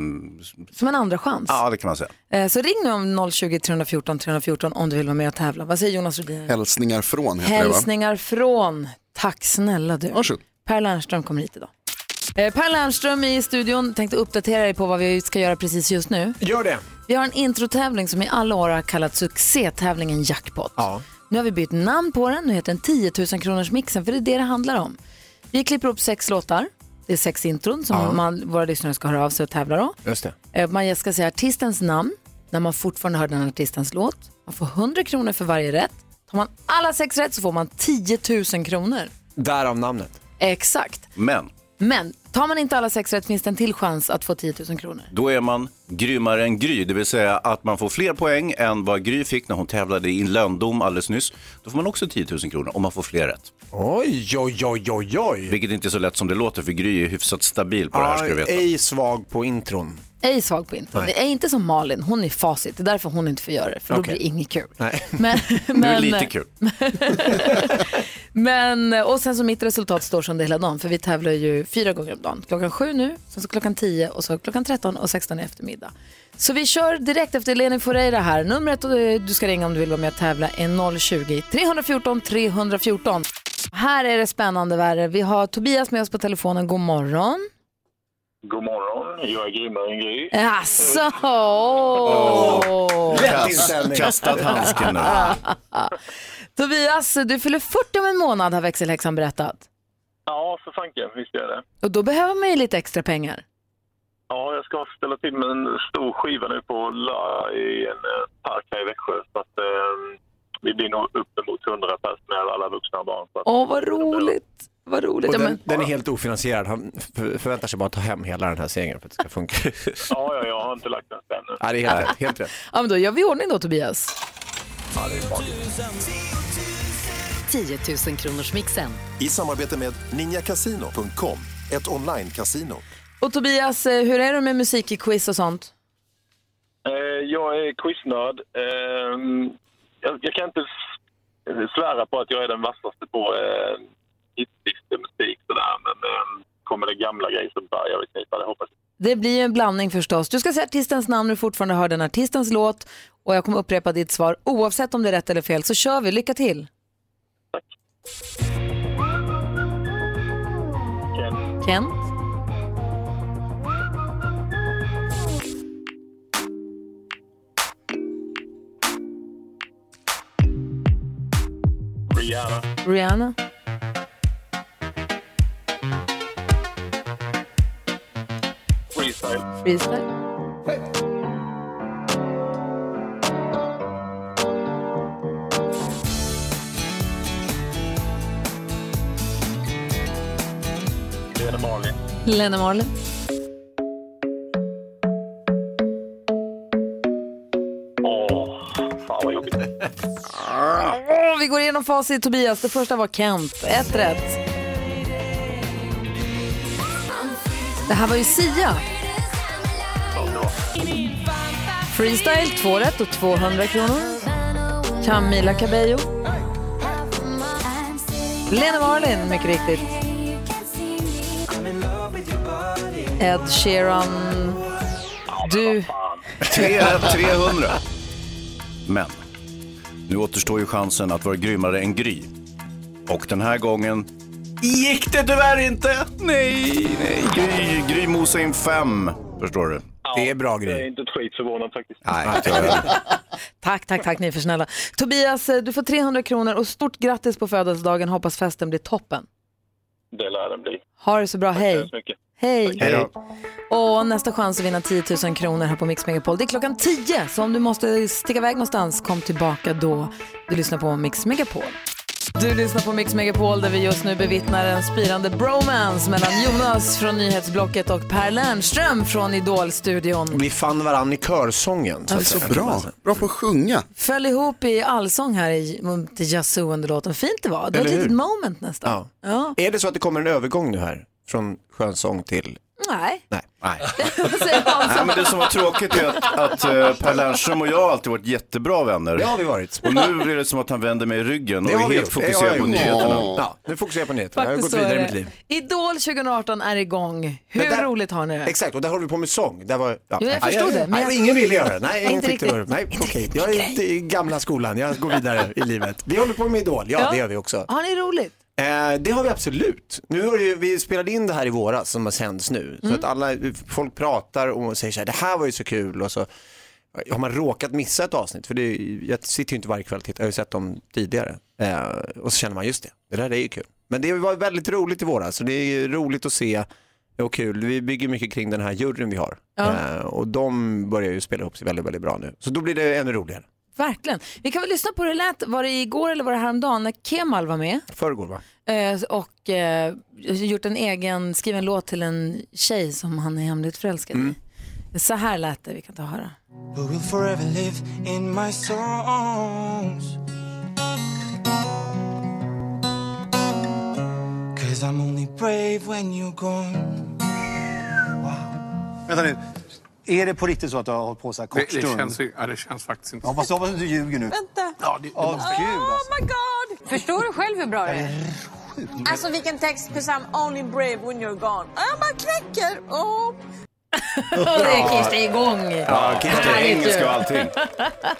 [SPEAKER 1] Som en andra chans.
[SPEAKER 2] Ja, det kan man säga.
[SPEAKER 1] Eh, Så ring nu om 020 314 314 om du vill vara med och tävla. Vad säger Jonas Rhodin?
[SPEAKER 6] Hälsningar från heter det va?
[SPEAKER 1] Hälsningar från, tack snälla du.
[SPEAKER 6] Varsågod.
[SPEAKER 1] Per Lernström kommer hit idag. Eh, per Lernström i studion tänkte uppdatera dig på vad vi ska göra precis just nu.
[SPEAKER 7] Gör det.
[SPEAKER 1] Vi har en introtävling som i alla år har kallats succétävlingen Jackpot.
[SPEAKER 7] Ja.
[SPEAKER 1] Nu har vi bytt namn på den, nu heter den 10 000 kronors mixen för det är det det handlar om. Vi klipper upp sex låtar, det är sex intron som man, våra lyssnare ska höra av sig och tävla om.
[SPEAKER 7] Just det.
[SPEAKER 1] Eh, Man ska säga artistens namn när man fortfarande hör den artistens låt. Man får 100 kronor för varje rätt. Tar man alla sex rätt så får man 10 000 kronor.
[SPEAKER 7] Därav namnet.
[SPEAKER 1] Exakt.
[SPEAKER 2] Men
[SPEAKER 1] Men tar man inte alla sex rätt finns det en till chans att få 10 000 kronor.
[SPEAKER 2] då är man grymmare än Gry, det vill säga att man får fler poäng än vad Gry fick när hon tävlade i Löndom alldeles nyss. Då får man också 10 000 kronor om man får fler rätt.
[SPEAKER 7] Oj, oj, oj, oj, oj.
[SPEAKER 2] Vilket inte är så lätt som det låter för Gry är hyfsat stabil på det här ska du veta.
[SPEAKER 7] Ej svag på intron.
[SPEAKER 1] Ej svag på intron. Det är inte som Malin, hon är facit. Det är därför hon inte får göra det, för då
[SPEAKER 7] Okej.
[SPEAKER 1] blir det inget kul.
[SPEAKER 7] Nej.
[SPEAKER 1] Men,
[SPEAKER 2] Det är
[SPEAKER 1] men,
[SPEAKER 2] lite kul.
[SPEAKER 1] men, och sen så mitt resultat står som det är hela dagen, för vi tävlar ju fyra gånger om dagen. Klockan sju nu, sen så klockan tio och så klockan 13 och 16 i eftermiddag. Så vi kör direkt efter Eleni Foureira här. Numret eh, du ska ringa om du vill vara med och tävla är 020 314 314. Här är det spännande värre. Vi har Tobias med oss på telefonen. God morgon.
[SPEAKER 8] God morgon, jag är grymmare än Gry.
[SPEAKER 1] Jaså? Åh.
[SPEAKER 7] Lätt inställning.
[SPEAKER 2] Kastat handsken nu.
[SPEAKER 1] Tobias, du fyller 40 om en månad har växelhäxan berättat.
[SPEAKER 8] Ja, för fanken, visst gör jag det.
[SPEAKER 1] Och då behöver man ju lite extra pengar.
[SPEAKER 8] Ja, jag ska ställa till med en stor skiva nu på lördag i en eh, park här i Växjö. Så att, eh, vi blir nog uppemot 100 pers med alla vuxna och barn. Så att,
[SPEAKER 1] Åh, vad roligt. Vad roligt.
[SPEAKER 7] Och
[SPEAKER 1] Ja,
[SPEAKER 7] den,
[SPEAKER 1] men,
[SPEAKER 7] den är helt ofinansierad. Han f- förväntar sig bara att ta hem hela den här segern för att det ska funka.
[SPEAKER 8] Ja, ja, jag har inte lagt den ännu.
[SPEAKER 7] ja, det är helt rätt. Helt rätt.
[SPEAKER 1] ja, men då gör vi i ordning då, Tobias.
[SPEAKER 9] 10 000 kronors mixen.
[SPEAKER 10] I samarbete med ninjakasino.com, ett online-casino.
[SPEAKER 1] Och Tobias, eh, hur är det med musik i quiz och sånt?
[SPEAKER 8] Eh, jag är quiznörd. Eh, jag, jag kan inte s- svära på att jag är den vassaste på eh, hitlistemusik sådär, men eh, kommer det gamla grejer så börjar vi knipa, det hoppas jag.
[SPEAKER 1] Det blir ju en blandning förstås. Du ska säga artistens namn när du fortfarande hör den artistens låt och jag kommer upprepa ditt svar. Oavsett om det är rätt eller fel så kör vi. Lycka till.
[SPEAKER 8] Ken,
[SPEAKER 1] Kent?
[SPEAKER 8] Rihanna,
[SPEAKER 1] Rihanna?
[SPEAKER 8] freestyle.
[SPEAKER 1] Freestyle?
[SPEAKER 8] Lena Marlin.
[SPEAKER 1] Lena Marlin?
[SPEAKER 8] Åh, fan vad jobbigt.
[SPEAKER 1] Åh, vi går igenom facit Tobias. Det första var Kent. Ett rätt. Det här var ju Sia. Freestyle, två rätt och 200 kronor. Camila Cabello. Lena Marlin, mycket riktigt. Ed Sheeran. Du,
[SPEAKER 2] Tre- 300. Men nu återstår ju chansen att vara grymmare än Gry. Och den här gången gick det tyvärr inte. Nej, nej. Gry, Gry mosade in fem. Förstår du?
[SPEAKER 7] Det är bra
[SPEAKER 8] Jag är
[SPEAKER 7] grej.
[SPEAKER 8] inte ett skit förvånad faktiskt.
[SPEAKER 2] Nej, inte jag heller.
[SPEAKER 1] tack, tack, tack, ni är för snälla. Tobias, eh, du får 300 kronor och stort grattis på födelsedagen. Hoppas festen blir toppen.
[SPEAKER 8] Det lär den bli.
[SPEAKER 1] Ha det så bra, hej.
[SPEAKER 8] Tack så mycket.
[SPEAKER 1] Hej. Och nästa chans att vinna 10 000 kronor här på Mix Megapol, det är klockan 10. Så om du måste sticka iväg någonstans, kom tillbaka då. Du lyssnar på Mix Megapol. Du lyssnar på Mix Megapol där vi just nu bevittnar en spirande bromance mellan Jonas från nyhetsblocket och Per Lernström från Idolstudion.
[SPEAKER 7] Vi fann varandra i körsången. Så att säga.
[SPEAKER 6] Bra, bra på att sjunga.
[SPEAKER 1] Föll ihop i allsång här i, till Yazoo under låten. Fint det var. Det var ett
[SPEAKER 7] Eller hur?
[SPEAKER 1] litet moment nästan. Ja.
[SPEAKER 7] Är det så att det kommer en övergång nu här? Från skönsång till...
[SPEAKER 1] Nej.
[SPEAKER 7] Nej. Nej.
[SPEAKER 1] Vad säger
[SPEAKER 2] Nej,
[SPEAKER 1] Hans?
[SPEAKER 2] men det som var tråkigt är att, att eh, Per Lernström och jag har alltid varit jättebra vänner.
[SPEAKER 7] Det har vi varit.
[SPEAKER 2] Och nu är det som att han vänder mig i ryggen och
[SPEAKER 7] Det har
[SPEAKER 2] är
[SPEAKER 7] vi
[SPEAKER 2] helt
[SPEAKER 7] gjort. Det har jag
[SPEAKER 2] fokuserad på
[SPEAKER 7] gjort.
[SPEAKER 2] nyheterna.
[SPEAKER 7] Ja, nu fokuserar jag på nyheterna. Jag har
[SPEAKER 1] Faktiskt
[SPEAKER 7] gått
[SPEAKER 1] så
[SPEAKER 7] vidare i
[SPEAKER 1] är
[SPEAKER 7] mitt
[SPEAKER 1] det.
[SPEAKER 7] liv.
[SPEAKER 1] Idol 2018 är igång. Hur
[SPEAKER 7] där-
[SPEAKER 1] roligt har ni det?
[SPEAKER 7] Exakt, och där håller vi på med sång. Där var, ja.
[SPEAKER 1] Jo, jag förstod
[SPEAKER 7] Nej,
[SPEAKER 1] det, men
[SPEAKER 7] nej,
[SPEAKER 1] jag-
[SPEAKER 7] Ingen ville göra det. Nej,
[SPEAKER 1] Inte
[SPEAKER 7] ingen tyckte det var-
[SPEAKER 1] riktigt.
[SPEAKER 7] Nej, okej. Jag är inte i gamla skolan. Jag går vidare i livet. Vi håller på med Idol. Ja, det gör vi också.
[SPEAKER 1] Har ni roligt?
[SPEAKER 7] Eh, det har vi absolut. Nu har ju, vi spelade in det här i våras som har sänds nu. Så att alla, folk pratar och säger så här, det här var ju så kul och så har man råkat missa ett avsnitt, för det, är ju- jag sitter ju inte varje kväll och tittar, jag har ju sett dem tidigare. Eh, och så känner man just det, det där är ju kul. Men det var väldigt roligt i våras så det är ju roligt att se och kul. Vi bygger mycket kring den här juryn vi har.
[SPEAKER 1] Ja.
[SPEAKER 7] Eh, och de börjar ju spela ihop sig väldigt, väldigt bra nu. Så då blir det ännu roligare.
[SPEAKER 1] Verkligen. Vi kan väl lyssna på hur det lät, var det igår eller var det häromdagen, när Kemal var med
[SPEAKER 7] Förrgår va?
[SPEAKER 1] eh, och eh, gjort en egen, skriven en låt till en tjej som han är hemligt förälskad
[SPEAKER 7] Mm.
[SPEAKER 1] i. Så här lät det, vi kan ta och höra.
[SPEAKER 4] Who will forever live in my songs. Cause I'm only brave when you're gone.
[SPEAKER 11] Vänta nu. Är det på riktigt så att du har hållit på så här kort
[SPEAKER 12] Det, det,
[SPEAKER 11] stund?
[SPEAKER 12] känns, ju- ja, det känns faktiskt inte
[SPEAKER 11] Jag hoppas, jag hoppas att du ljuger nu.
[SPEAKER 13] Vänta.
[SPEAKER 12] Ja, det, det
[SPEAKER 11] Åh,
[SPEAKER 12] måste-
[SPEAKER 11] gud,
[SPEAKER 13] Oh my god! Förstår du själv hur bra det är? Alltså vilken text, 'cause I'm only brave when you're gone. Jag bara knäcker! Oh.
[SPEAKER 1] det kirstar igång.
[SPEAKER 7] Ja, Kirsti,
[SPEAKER 1] Härligt ju.
[SPEAKER 7] engelska och allting.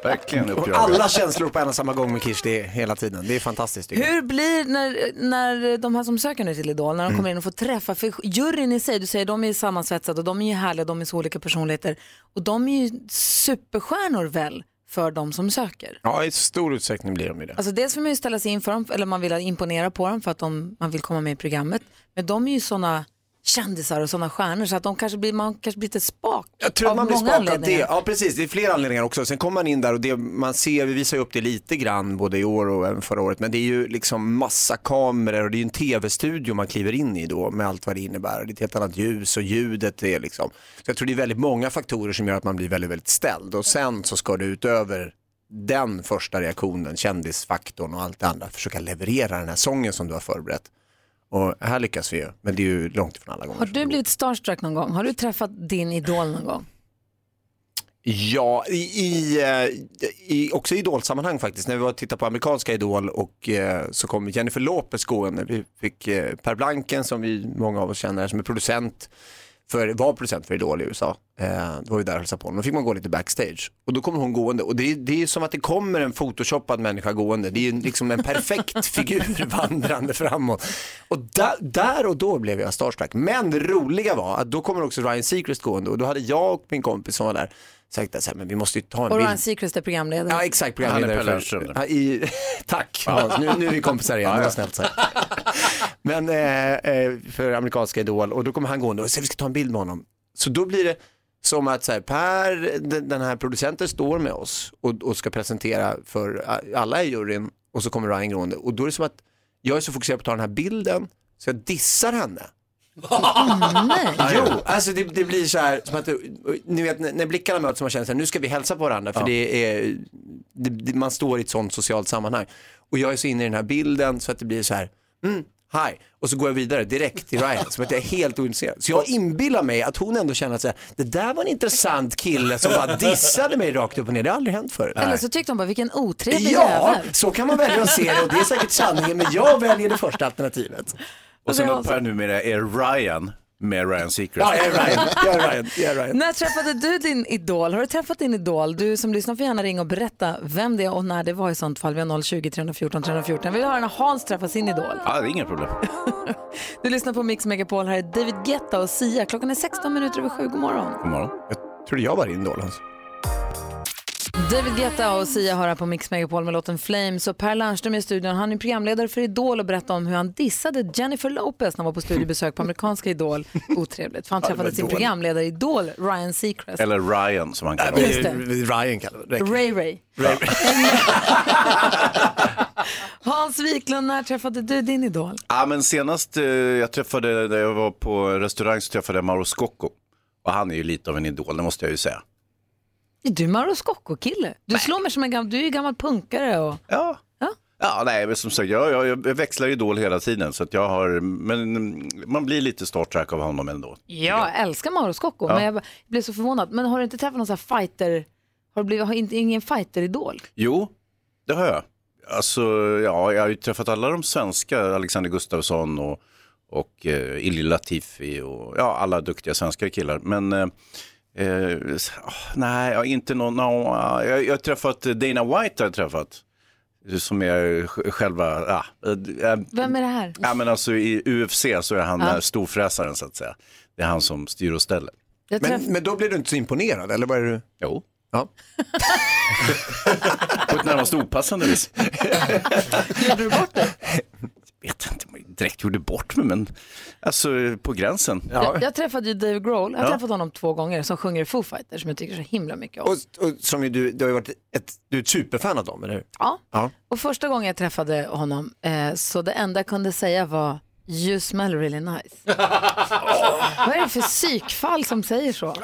[SPEAKER 2] Verkligen
[SPEAKER 7] Och
[SPEAKER 2] uppgörelse.
[SPEAKER 7] alla känslor på en och samma gång med Kirsti hela tiden. Det är fantastiskt tycker jag.
[SPEAKER 1] Hur blir när, när de här som söker nu till Idol, när de
[SPEAKER 7] Mm.
[SPEAKER 1] kommer in och får träffa, för juryn i sig, du säger de är sammansvetsade och de är ju härliga, de är så olika personligheter och de är ju superstjärnor väl för de som söker.
[SPEAKER 7] Ja, i stor utsträckning blir de ju det.
[SPEAKER 1] Alltså dels vill man ju ställa sig inför dem, eller man vill imponera på dem för att de, man vill komma med i programmet, men de är ju sådana kändisar och sådana stjärnor så att de kanske blir, man kanske blir lite spak
[SPEAKER 7] Jag tror
[SPEAKER 1] av
[SPEAKER 7] att man blir
[SPEAKER 1] många
[SPEAKER 7] skakad av det.
[SPEAKER 1] anledningar.
[SPEAKER 7] Ja precis, det är flera anledningar också. Sen kommer man in där och det man ser, vi visar ju upp det lite grann både i år och även förra året, men det är ju liksom massa kameror och det är ju en tv-studio man kliver in i då med allt vad det innebär. Det är ett helt annat ljus och ljudet är liksom. Så jag tror det är väldigt många faktorer som gör att man blir väldigt, väldigt ställd och sen så ska du utöver den första reaktionen, kändisfaktorn och allt det andra, försöka leverera den här sången som du har förberett. Och här lyckas vi ju, men det är ju långt ifrån alla gånger.
[SPEAKER 1] Har du blivit starstruck någon gång? Har du träffat din idol någon gång?
[SPEAKER 7] Ja, i, i, eh, i, också i idolsammanhang faktiskt. När vi var och tittade på amerikanska Idol och eh, så kom Jennifer Lopez gående. Vi fick eh, Per Blanken som vi, många av oss känner som är producent för, var producent för Idol i USA. Eh, då var vi där och hälsade på honom. Då fick man gå lite backstage. Och då kommer hon gående och det, är- det är som att det kommer en photoshoppad människa gående. Det är ju liksom en perfekt figur vandrande framåt. Och da, där och då blev jag starstruck. Men det roliga var att då kommer också Ryan Seacrest gående och då hade jag och min kompis som var där sagt att så här, men vi måste ju ta en
[SPEAKER 1] Och
[SPEAKER 7] bild.
[SPEAKER 1] Ryan Seacrest är programledare.
[SPEAKER 7] Ja, exakt. Programledare
[SPEAKER 2] Han är Pelle
[SPEAKER 7] för,
[SPEAKER 2] Lundström.
[SPEAKER 7] Ja, i, Tack Hans, nu, nu är vi kompisar igen, det var snällt sagt. Men eh, eh, för amerikanska Idol och då kommer han gående och säger vi ska ta en bild med honom. Så då blir det som att så här, Per, den den här producenten står med oss och, och ska presentera för a- alla i juryn och så kommer Ryan gående och då är det som att jag är så fokuserad på att ta den här bilden så jag dissar henne.
[SPEAKER 1] Ah,
[SPEAKER 7] Jo, alltså det, det blir så här, som att, du- ni vet när när blickarna möts och man känner så här, nu ska vi hälsa på varandra för
[SPEAKER 14] Ja.
[SPEAKER 7] det är, det, det, man står i ett sånt socialt sammanhang. Och jag är så inne i den här bilden så att det blir så här, mm, hi, och så går jag vidare direkt till Ryan som att jag är helt ointresserad. Så jag inbillar mig att hon ändå känner att så här, det där var en intressant kille som bara dissade mig rakt upp och ner, det har aldrig hänt förut.
[SPEAKER 1] Eller så tyckte de bara, vilken otrevlig
[SPEAKER 7] Ja,
[SPEAKER 1] jävel.
[SPEAKER 7] så kan man välja att se det och det är säkert sanningen men jag väljer det första alternativet.
[SPEAKER 2] Och sen att Per numera är Ryan med Ryan Seacrest.
[SPEAKER 7] Ja, jag är Ryan, jag är Ryan, jag är Ryan.
[SPEAKER 1] När träffade du din idol? Har du träffat din idol? Du som lyssnar får gärna ringa och berätta vem det är och när det var i sånt fall. Vi har 020-314 314. Vi vill höra när Hans träffar sin idol.
[SPEAKER 2] Ja, det är inga problem.
[SPEAKER 1] Du lyssnar på Mix Megapol. Här är David Guetta och Sia. Klockan är 16 minuter över sju. God morgon.
[SPEAKER 7] God morgon. Jag trodde jag var alltså. din idol Hans.
[SPEAKER 1] David Guetta och Sia hör här på Mix Megapol med låten Flames. Och Per Lernström är i studion. Han är programledare för Idol och berättade om hur han dissade Jennifer Lopez när han var på studiebesök på amerikanska Idol. Otrevligt, för han
[SPEAKER 2] Ja, det var
[SPEAKER 1] träffade sin
[SPEAKER 2] dåligt.
[SPEAKER 1] programledare i Idol, Ryan Seacrest.
[SPEAKER 2] Eller Ryan som han kallar
[SPEAKER 1] Just det.
[SPEAKER 7] Ryan kallar det.
[SPEAKER 1] Ray Ray. Hans Wiklund, när träffade du din idol?
[SPEAKER 2] Ja, men senast eh, jag träffade, när jag var på restaurang så träffade jag Mauro Scocco. Och han är ju lite av en idol, det måste jag ju säga.
[SPEAKER 1] Är du Mauro Scocco-kille? Du slår mig som en gammal, du är ju gammal punkare och...
[SPEAKER 2] Ja. Ja, nej, men som sagt, jag, jag, jag växlar ju idol hela tiden. Så att jag har, men mm, man blir lite starstruck av honom ändå.
[SPEAKER 1] Ja, jag älskar Mauro Scocco,
[SPEAKER 2] Ja.
[SPEAKER 1] men jag bara- jag blev så förvånad. Men har du inte träffat någon sån här fighter, har du blivit, har inte, ingen fighter-idol?
[SPEAKER 2] Jo, det har jag. Alltså, ja, jag har ju träffat alla de svenska, Alexander Gustafsson och, och eh, Illy Latifi och ja, alla duktiga svenska killar. Men eh, eh, s- ah, nej, jag har inte någon, no, ah, jag, jag har träffat eh, Dana White har jag träffat. som är sj- själva... Ah, eh, eh,
[SPEAKER 1] Vem är det här?
[SPEAKER 2] Ja, men alltså, I UFC så är han
[SPEAKER 1] Ja.
[SPEAKER 2] ja. storfräsaren så att säga. Det är han som styr och ställer.
[SPEAKER 1] Jag träff-
[SPEAKER 2] men då blir du inte så imponerad eller vad är du? Jo. Ja. På ett närmast opassande vis.
[SPEAKER 1] Gjorde du bort det?
[SPEAKER 2] Direkt gjorde bort mig men alltså på gränsen.
[SPEAKER 1] Jag, jag träffade ju Dave Grohl, jag har
[SPEAKER 2] Ja.
[SPEAKER 1] träffat honom två gånger, som sjunger i Foo Fighters som jag tycker så himla mycket om.
[SPEAKER 7] Och, och som ju du, du har ju varit ett, du är ett superfan av dem, eller hur?
[SPEAKER 1] Ja.
[SPEAKER 7] ja.
[SPEAKER 1] Och första gången jag träffade honom eh, så det enda jag kunde säga var You smell really nice. Vad är det för psykfall som säger så?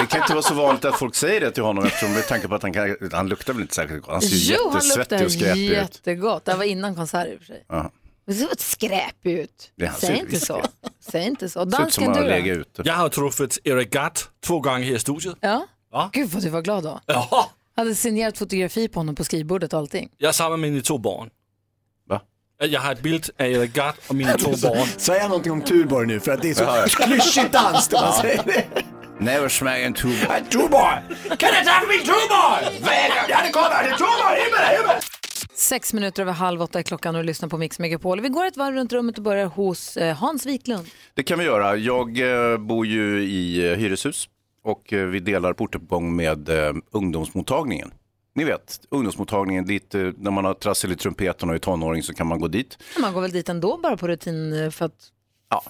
[SPEAKER 2] Det kan inte vara så vanligt att folk säger det till honom eftersom med tanke på att han, kan, han luktar väl inte särskilt gott. Han ser
[SPEAKER 1] jo, han
[SPEAKER 2] jättesvettig och
[SPEAKER 1] luktar
[SPEAKER 2] skräpig ut.
[SPEAKER 1] jättegott. Det här var innan konserter i och för sig.
[SPEAKER 2] Ja.
[SPEAKER 1] Men det såg skräpig ut.
[SPEAKER 2] Ja, han
[SPEAKER 1] Säg
[SPEAKER 2] ser
[SPEAKER 1] inte
[SPEAKER 2] visst
[SPEAKER 1] så.
[SPEAKER 2] ut.
[SPEAKER 1] Säg inte så. Dansken, du då?
[SPEAKER 3] Jag har truffat Eric Gadd två gånger här i studiet.
[SPEAKER 1] Ja.
[SPEAKER 3] Ja.
[SPEAKER 1] Gud vad du var glad då.
[SPEAKER 3] Ja,
[SPEAKER 1] Hade signerat fotografi på honom på skrivbordet och allting.
[SPEAKER 3] jag är samman med mina två barn.
[SPEAKER 2] Va?
[SPEAKER 3] Jag har ett bild av Eric Gadd och mina två barn.
[SPEAKER 7] Säger jag någonting om Tuborg nu för att det är så
[SPEAKER 2] Ja, ja.
[SPEAKER 7] klyschigt dans när man
[SPEAKER 2] Ja.
[SPEAKER 7] säger det.
[SPEAKER 2] Never smack and too
[SPEAKER 4] Kan
[SPEAKER 7] Tuborg!
[SPEAKER 4] jag träffa min trumboll? Ja, det kommer! Det är trumboll! Himmel, himmel!
[SPEAKER 1] Sex minuter över halv åtta är klockan och du lyssnar på Mix Megapol. Vi går ett varv runt rummet och börjar hos eh, Hans Wiklund.
[SPEAKER 2] Det kan vi göra. Jag eh, bor ju i eh, hyreshus och eh, vi delar portuppgång med eh, ungdomsmottagningen. Ni vet, ungdomsmottagningen dit eh, när man har trassel i trumpeten och är tonåring så kan man gå dit.
[SPEAKER 1] Man går väl dit ändå bara på rutin eh, för att,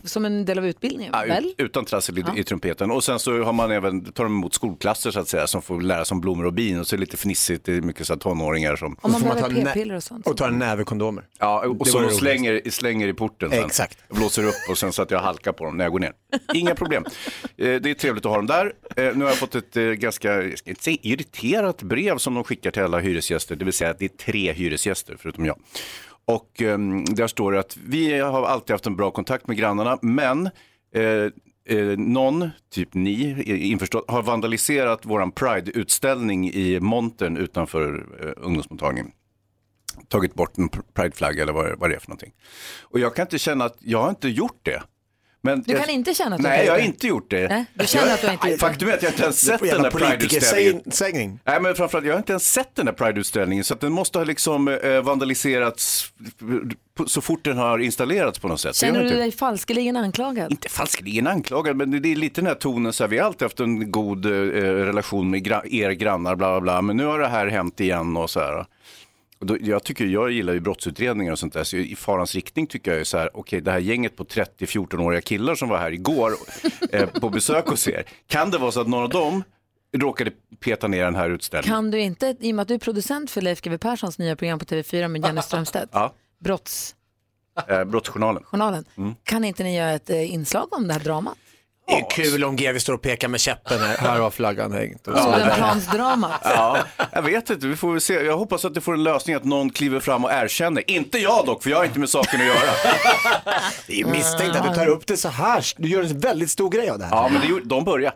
[SPEAKER 1] som en del av utbildningen?
[SPEAKER 2] Ja,
[SPEAKER 1] väl?
[SPEAKER 2] Ah, ut, utan trassel i,
[SPEAKER 1] Ja.
[SPEAKER 2] i trumpeten. Och sen så har man även, tar de emot skolklasser så att säga som får lära sig om blommor och bin och så är det lite fnissigt, det är mycket så här tonåringar som...
[SPEAKER 1] Om man behöver p-piller och sånt. Eh,
[SPEAKER 2] Och tar en näve kondomer. Ja, och
[SPEAKER 7] Det
[SPEAKER 2] så
[SPEAKER 7] var
[SPEAKER 2] de
[SPEAKER 7] roligt.
[SPEAKER 2] slänger, slänger i porten sen.
[SPEAKER 7] Exakt.
[SPEAKER 2] Jag blåser upp och sen så att jag halkar på dem när jag går ner. Inga problem. Eh, Det är trevligt att ha dem där. Eh, Nu har jag fått ett eh, ganska jag ska inte säga irriterat brev som de skickar till alla hyresgäster. Det vill säga att det är tre hyresgäster förutom jag. Och eh, där står det att vi har alltid haft en bra kontakt med grannarna, men eh, Eh, någon, typ ni, eh, införstått, har vandaliserat våran Pride-utställning i montern utanför eh, ungdomsmottagningen tagit bort en prideflagga eller vad, vad det är för någonting. Och jag kan inte känna att jag har inte gjort det. Men
[SPEAKER 1] Du kan inte känna att du
[SPEAKER 2] Nej,
[SPEAKER 1] har gjort
[SPEAKER 2] jag har
[SPEAKER 1] det?
[SPEAKER 2] inte gjort det.
[SPEAKER 1] Nej, du känner
[SPEAKER 2] jag,
[SPEAKER 1] att du har inte gjort det.
[SPEAKER 2] Faktum är att jag inte ens
[SPEAKER 7] Det
[SPEAKER 2] sett
[SPEAKER 7] får
[SPEAKER 2] den
[SPEAKER 7] gärna
[SPEAKER 2] där
[SPEAKER 7] politikersägning-
[SPEAKER 2] Pride-utställningen. Nej, men framförallt, jag har inte ens sett den där Pride-utställningen så att den måste ha liksom eh, vandaliserats på- så fort den har installerats på något sätt. Jag
[SPEAKER 1] Känner
[SPEAKER 2] vet
[SPEAKER 1] du
[SPEAKER 2] inte.
[SPEAKER 1] dig falskeligen anklagad?
[SPEAKER 2] Inte falskeligen anklagad, men det är lite den här tonen så här, vi har alltid haft en god eh, relation med gra- er grannar, bla bla bla, men nu har det här hänt igen och så här. Och då, jag, tycker, jag gillar ju brottsutredningar och sånt där, så i farans riktning tycker jag ju så här, okej det här gänget på 30-14-åriga killar som var här igår eh, på besök hos er, kan det vara så att någon av dem råkade peta ner den här utställningen?
[SPEAKER 1] Kan du inte, i och med att du är producent för Leif GW Perssons nya program på TV4 med Jenny Strömstedt,
[SPEAKER 2] Ja,
[SPEAKER 1] Brottsjournalen,
[SPEAKER 2] eh, Brottsjournalen. Mm.
[SPEAKER 1] kan inte ni göra ett eh, inslag om det här dramat?
[SPEAKER 7] Det är kul om GW står och pekar med käppen här. Här har flaggan hängt. Och så.
[SPEAKER 1] Sponplansdramat.
[SPEAKER 2] Ja, jag vet inte, vi får väl se. Jag hoppas att det får en lösning att någon kliver fram och erkänner. Inte jag dock, för jag har inte med saken att göra.
[SPEAKER 7] Det är misstänkt att du tar upp det så här. Du gör en väldigt stor grej av det här.
[SPEAKER 2] Ja, men det gjorde, de började.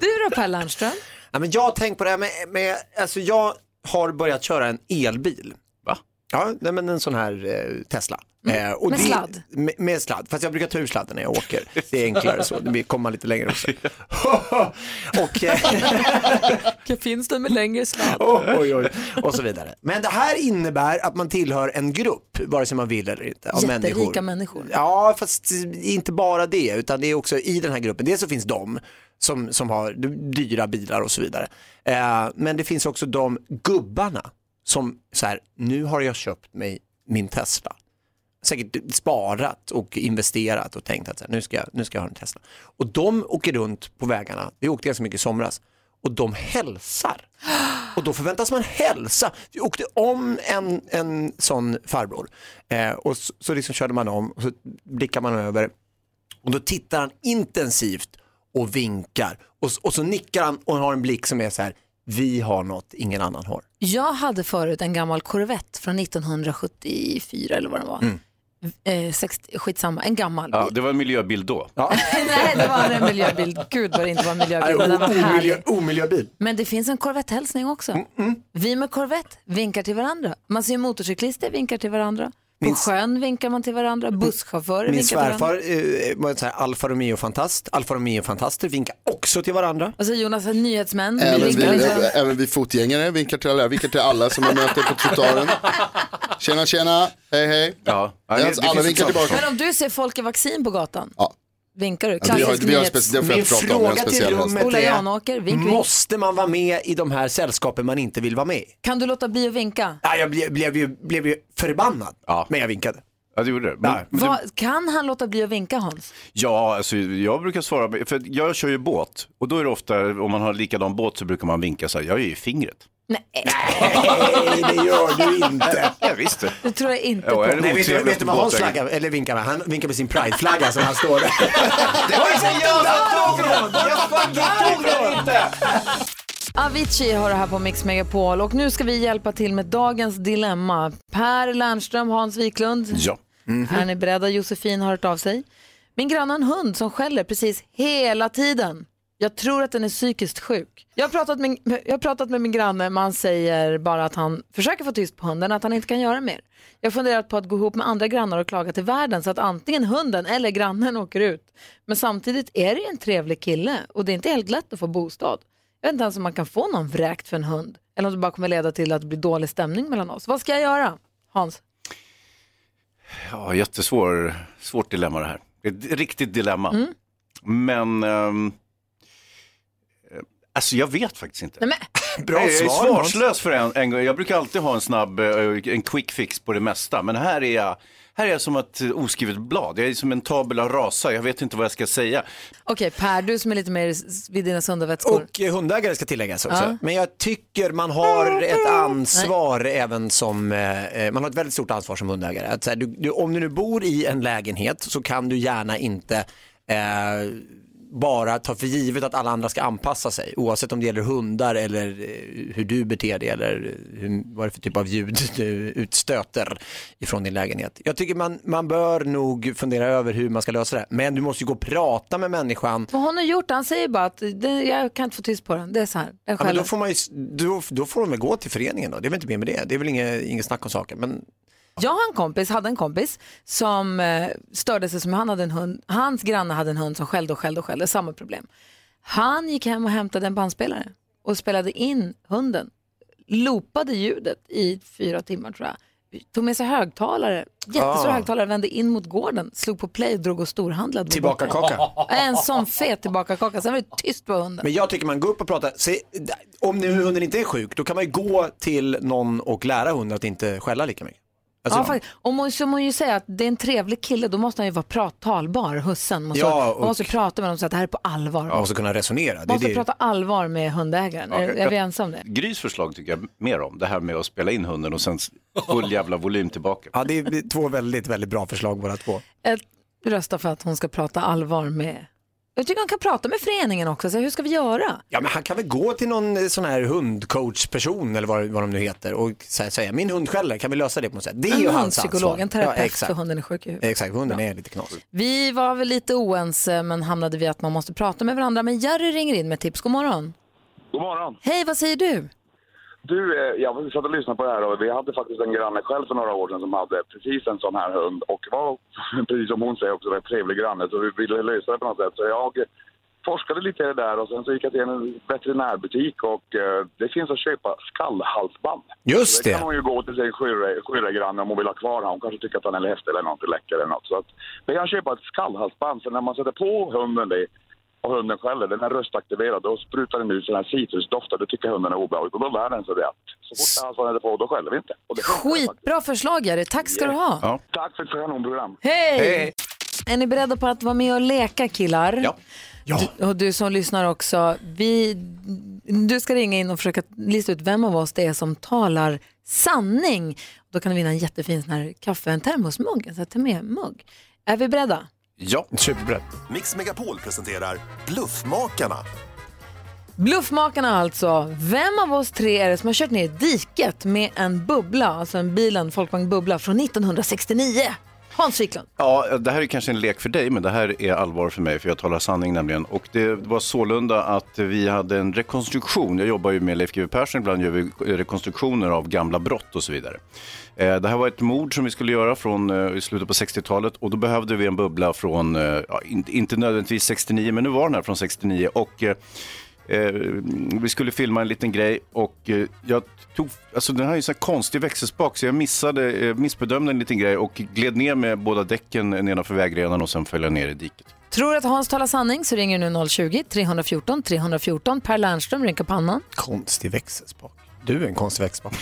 [SPEAKER 1] Du då Per Lernström?
[SPEAKER 7] Ja, men jag har tänkt på det här med, med, alltså jag har börjat köra en elbil.
[SPEAKER 2] Va?
[SPEAKER 7] Ja, nej, men en sån här eh, Tesla. Eh,
[SPEAKER 1] Med
[SPEAKER 7] det-
[SPEAKER 1] sladd?
[SPEAKER 7] Med, med sladd, fast jag brukar ta ur sladden när jag åker. Det är enklare så, det blir- kommer man lite längre också. och, eh,
[SPEAKER 1] Finns det med längre sladd?
[SPEAKER 7] oj, oj, oj, och så vidare. Men det här innebär att man tillhör en grupp, vare sig man vill eller inte. Av människor.
[SPEAKER 1] Jätterika människor.
[SPEAKER 7] Ja, fast inte bara det, utan det är också i den här gruppen. Dels så finns de som, som har dyra bilar och så vidare. Eh, men det finns också de gubbarna som så här, nu har jag köpt mig min Tesla. Säkert sparat och investerat och tänkt att så här, nu, ska jag, nu ska jag ha en Tesla. Och de åker runt på vägarna, vi åkte ganska mycket i somras, och de hälsar. Och då förväntas man hälsa. Vi åkte om en, en sån farbror eh, och så, så liksom körde man om och så blickar man över och då tittar han intensivt och vinkar och, s- och så nickar han och har en blick som är så här, vi har något ingen annan har.
[SPEAKER 1] Jag hade förut en gammal Corvette från 1974 eller vad den var.
[SPEAKER 7] Mm.
[SPEAKER 1] Eh, 60, skitsamma, en gammal.
[SPEAKER 2] Ja, det var en miljöbild då.
[SPEAKER 1] Nej, det var en miljöbild. Gud vad det inte var en miljöbild. men den var härlig.
[SPEAKER 7] Alltså, Omiljöbil.
[SPEAKER 1] Men det finns en
[SPEAKER 6] Mm,
[SPEAKER 1] korvetthälsning också. Vi med korvett vinkar till varandra. Man ser motorcyklister vinkar till varandra. På
[SPEAKER 7] Min-
[SPEAKER 1] sjön vinkar man till varandra, busschaufförer
[SPEAKER 7] Min
[SPEAKER 1] vinkar till
[SPEAKER 7] svärfar
[SPEAKER 1] varandra.
[SPEAKER 7] eh, var en sån här Alfa Romeo-fantast. Alfa Romeo-fantaster vinkar också till varandra.
[SPEAKER 1] Alltså Jonas, nyhetsmän
[SPEAKER 6] Även vi,
[SPEAKER 1] vinkar till varandra.
[SPEAKER 6] även vi fotgängare vinkar till alla, jag vinkar till alla som jag möter på trottoaren. Tjena, tjena, hej, hej.
[SPEAKER 2] Ja,
[SPEAKER 7] Eh,
[SPEAKER 6] det, alla
[SPEAKER 7] liksom-
[SPEAKER 6] vinkar tillbaka.
[SPEAKER 1] Men om du ser folk i vaccin på gatan,
[SPEAKER 6] Ja.
[SPEAKER 1] vinkar du?
[SPEAKER 6] Ja, vi har-
[SPEAKER 1] Klassisk
[SPEAKER 6] vi har
[SPEAKER 1] nyhets...
[SPEAKER 6] speci- det får jag
[SPEAKER 7] Min
[SPEAKER 6] prata om, det är en
[SPEAKER 7] fråga till
[SPEAKER 6] speciell
[SPEAKER 7] rummet
[SPEAKER 6] häst.
[SPEAKER 1] Ola Janåker, vink, vink.
[SPEAKER 7] måste man vara med i de här sällskapen man inte vill vara med i?
[SPEAKER 1] Kan du låta bli att vinka?
[SPEAKER 7] Ja, jag blev, blev, ju, blev ju förbannad, men jag vinkade.
[SPEAKER 2] Ja, du gjorde det. Men, men du,
[SPEAKER 1] Vad- kan han låta bli att vinka Hans?
[SPEAKER 2] ja, alltså, jag brukar svara, för jag kör ju båt och då är det ofta, om man har likadan båt så brukar man vinka så här, jag är ju i fingret.
[SPEAKER 7] Nej, det gör du inte.
[SPEAKER 2] Ja, visst.
[SPEAKER 1] Det tror jag inte
[SPEAKER 2] Ja,
[SPEAKER 1] på.
[SPEAKER 2] är det
[SPEAKER 7] Nej, vet, du,
[SPEAKER 2] otrevligt
[SPEAKER 7] vet du vad Hans
[SPEAKER 2] båtägare?
[SPEAKER 7] flaggar, eller vinkar med? Han vinkar med sin prideflagga som han står där.
[SPEAKER 1] Det var ju så
[SPEAKER 7] jag som tog Jag
[SPEAKER 1] Avicii har det här på Mix Megapol och nu ska vi hjälpa till med dagens dilemma. Per Lernström, Hans Wiklund.
[SPEAKER 2] Ja.
[SPEAKER 1] Är ni beredda? Josefin har hört av sig. Min granne har en hund som skäller precis hela tiden. Jag tror att den är psykiskt sjuk. Jag har pratat med, jag har pratat med min granne, man säger bara att han försöker få tyst på hunden, att han inte kan göra mer. Jag har funderat på att gå ihop med andra grannar och klaga till världen så att antingen hunden eller grannen åker ut. Men samtidigt är det ju en trevlig kille och det är inte helt lätt att få bostad. Jag vet inte ens om man kan få någon vräkt för en hund eller om det bara kommer leda till att det blir dålig stämning mellan oss. Vad ska jag göra? Hans?
[SPEAKER 2] Ja, jättesvår, svårt dilemma det här. Ett riktigt dilemma. Men, ehm, eh, alltså jag vet faktiskt inte.
[SPEAKER 1] Nej,
[SPEAKER 2] jag är
[SPEAKER 7] svar,
[SPEAKER 2] svarslös för en, en gång. Jag brukar alltid ha en snabb, eh, en quick fix på det mesta. Men här är jag, här är jag som ett oskrivet blad. Jag är som en tabula rasa. Jag vet inte vad jag ska säga.
[SPEAKER 1] Okej, Per, du som är lite mer s- vid dina sunda vätskor.
[SPEAKER 7] Och eh, hundägare ska tilläggas också.
[SPEAKER 1] Ja.
[SPEAKER 7] Men jag tycker man har ett ansvar även som, eh, man har ett väldigt stort ansvar som hundägare. Att, så här, du, du, om du nu bor i en lägenhet så kan du gärna inte eh, bara ta för givet att alla andra ska anpassa sig. Oavsett om det gäller hundar eller eh, hur du beter dig eller hur, vad det är för typ av ljud du utstöter ifrån din lägenhet. Jag tycker man, man bör nog fundera över hur man ska lösa det. här. Men du måste ju gå och prata med människan
[SPEAKER 1] Vad har han gjort? Han säger bara att det, jag kan inte få tyst på den. Det är så här. Den
[SPEAKER 7] Ja, men
[SPEAKER 1] skäller.
[SPEAKER 7] då, får man ju, då, då får de väl gå till föreningen då, det är väl inte mer med det. Det är väl inget, inget snack om saken. Men
[SPEAKER 1] Jag har en kompis, hade en kompis som eh, störde sig som han hade en hund. Hans granne hade en hund som skällde och skällde och skällde. Samma problem. Han gick hem och hämtade en bandspelare och spelade in hunden. Loopade ljudet i fyra timmar tror jag. Tog med sig högtalare, jättestora
[SPEAKER 7] Ah.
[SPEAKER 1] högtalare, vände in mot gården, slog på play, drog och storhandlade. på
[SPEAKER 7] Tillbakakaka.
[SPEAKER 1] bordet. En sån fet tillbakakaka. Sen var det tyst på hunden.
[SPEAKER 7] Men jag tycker man går upp och pratar, se, om nu hunden inte är sjuk, då kan man ju gå till någon och lära hunden att inte skälla lika mycket. Alltså,
[SPEAKER 1] ja, faktiskt. Om hon, som hon ju säger att det är en trevlig kille, då måste han ju vara prattalbar, hussen. Måste,
[SPEAKER 7] Ja,
[SPEAKER 1] Man
[SPEAKER 7] och-
[SPEAKER 1] måste prata med dem så att det här är på allvar.
[SPEAKER 7] man måste kunna resonera. Det är
[SPEAKER 1] måste
[SPEAKER 7] det.
[SPEAKER 1] prata allvar med hundägaren. Är, är vi ensamma om det?
[SPEAKER 2] Grys förslag tycker jag mer om. Det här med att spela in hunden och sen full jävla volym tillbaka.
[SPEAKER 7] Ja, det är två väldigt, väldigt bra förslag båda två.
[SPEAKER 1] Jag röstar för att hon ska prata allvar med... Jag tycker hon kan prata med föreningen också. Så här, hur ska vi göra?
[SPEAKER 7] Ja, men han kan väl gå till någon eh, sån här hundcoachperson eller vad, vad de nu heter och så här, säga, min hund skäller, kan vi lösa det på något sätt? Det är ju
[SPEAKER 1] en
[SPEAKER 7] hans
[SPEAKER 1] hundpsykolog,
[SPEAKER 7] ansvar.
[SPEAKER 1] en terapeut
[SPEAKER 7] exakt.
[SPEAKER 1] för hunden är sjuk i huvudet.
[SPEAKER 7] Exakt, hunden är lite knasig.
[SPEAKER 1] Vi var väl lite oense men hamnade vi att man måste prata med varandra. Men Jerry ringer in med tips. God morgon.
[SPEAKER 8] God morgon.
[SPEAKER 1] Hej, vad säger du?
[SPEAKER 8] Du, eh, jag satt och lyssnade på det här och vi hade faktiskt en granne själv för några år sedan som hade precis en sån här hund och var, precis som hon säger, också en trevlig granne så vi ville lösa det på något sätt. Så jag forskade lite i det där och sen så gick jag till en veterinärbutik och eh, det finns att köpa skallhalsband.
[SPEAKER 7] Just
[SPEAKER 8] Så det.
[SPEAKER 7] det.
[SPEAKER 8] kan hon ju gå till sin skyrre- skyrregranne om hon vill ha kvar honom. Hon kanske tycker att han är häftig eller något, är läcker eller något. Så att, men jag köper ett skallhalsband för när man sätter på hunden det och hunden skäller, den är röstaktiverad, då sprutar den ut sån här citrusdoft och det tycker hunden är obehagligt. Och då lär den sig det att så fort halsbandet är på, då skäller vi inte. Och det
[SPEAKER 1] Skitbra förslag Jerry. Tack ska du ha.
[SPEAKER 8] Tack för ett kanonprogram.
[SPEAKER 1] Hej! Är ni beredda på att vara med och leka killar? Ja. Du, och du som lyssnar också, vi, du ska ringa in och försöka lista ut vem av oss det är som talar sanning. Då kan du vinna en jättefin sån här kaffe, en termosmugg, en sån här termemugg. Är vi beredda?
[SPEAKER 2] Ja,
[SPEAKER 7] superbrett.
[SPEAKER 10] Mix Megapol presenterar Bluffmakarna.
[SPEAKER 1] Bluffmakarna alltså. Vem av oss tre är det som har kört ner i diket med en bubbla, alltså en bilen Folkvagn Bubbla från 1969? Hans Wiklund.
[SPEAKER 2] Ja, det här är kanske en lek för dig, men det här är allvar för mig, för jag talar sanning nämligen. Och det var sålunda att vi hade en rekonstruktion. Jag jobbar ju med Leif GW Persson, ibland gör vi rekonstruktioner av gamla brott och så vidare. Eh, Det här var ett mord som vi skulle göra från eh, i slutet på 60-talet och då behövde vi en bubbla från, eh, ja, in- inte nödvändigtvis 69, men nu var den här från 69. Och, eh, Eh, vi skulle filma en liten grej och eh, jag tog, alltså den här är ju en sån här konstig växelspak så jag missade, eh, missbedömde en liten grej och gled ner med båda däcken nedanför vägrenen och sen föll jag ner i diket.
[SPEAKER 1] Tror du att Hans talar sanning så ringer du nu 020-314 314. Per Lernström rycker pannan.
[SPEAKER 7] Konstig växelspak. Du är en konstig växelspak.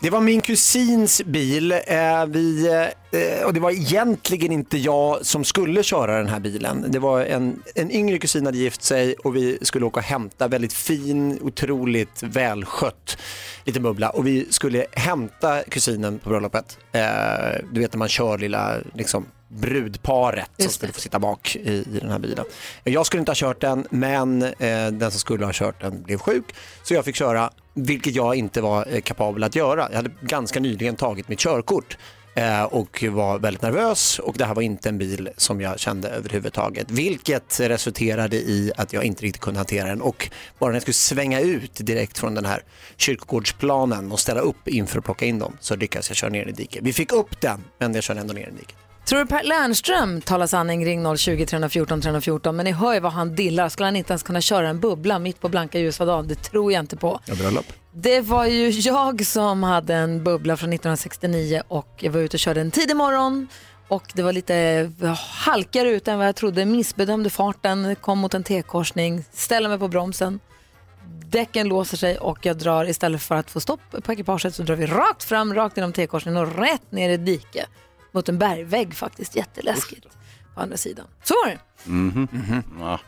[SPEAKER 7] Det var min kusins bil eh, vi, eh, och det var egentligen inte jag som skulle köra den här bilen. Det var en, en yngre kusin hade gift sig och vi skulle åka och hämta väldigt fin, otroligt välskött liten bubbla och vi skulle hämta kusinen på bröllopet. Eh, du vet när man kör lilla liksom, brudparet som skulle få sitta bak i, i den här bilen. Jag skulle inte ha kört den men eh, den som skulle ha kört den blev sjuk så jag fick köra vilket jag inte var eh, kapabel att göra. Jag hade ganska nyligen tagit mitt körkort eh, och var väldigt nervös och det här var inte en bil som jag kände överhuvudtaget. Vilket resulterade i att jag inte riktigt kunde hantera den och bara när jag skulle svänga ut direkt från den här kyrkogårdsplanen och ställa upp inför att plocka in dem så lyckades jag köra ner i diket. Vi fick upp den men jag körde ändå ner i diket.
[SPEAKER 1] Tror du Per Lernström talar sanning? Ring 020-314 314. Men ni hör ju vad han dillar. Skulle han inte ens kunna köra en bubbla mitt på blanka ljusa dagen? Det tror jag inte på.
[SPEAKER 7] Ja, bröllop.
[SPEAKER 1] Det var ju jag som hade en bubbla från 1969 och jag var ute och körde en tidig morgon och det var lite halkigare ute än vad jag trodde. Missbedömde farten, kom mot en T-korsning, ställer mig på bromsen. Däcken låser sig och jag drar istället för att få stopp på ekipaget så drar vi rakt fram, rakt genom T-korsningen och rätt ner i diket. Mot en bergvägg faktiskt, jätteläskigt. På andra sidan. Så var det.
[SPEAKER 2] Mhm. Ja.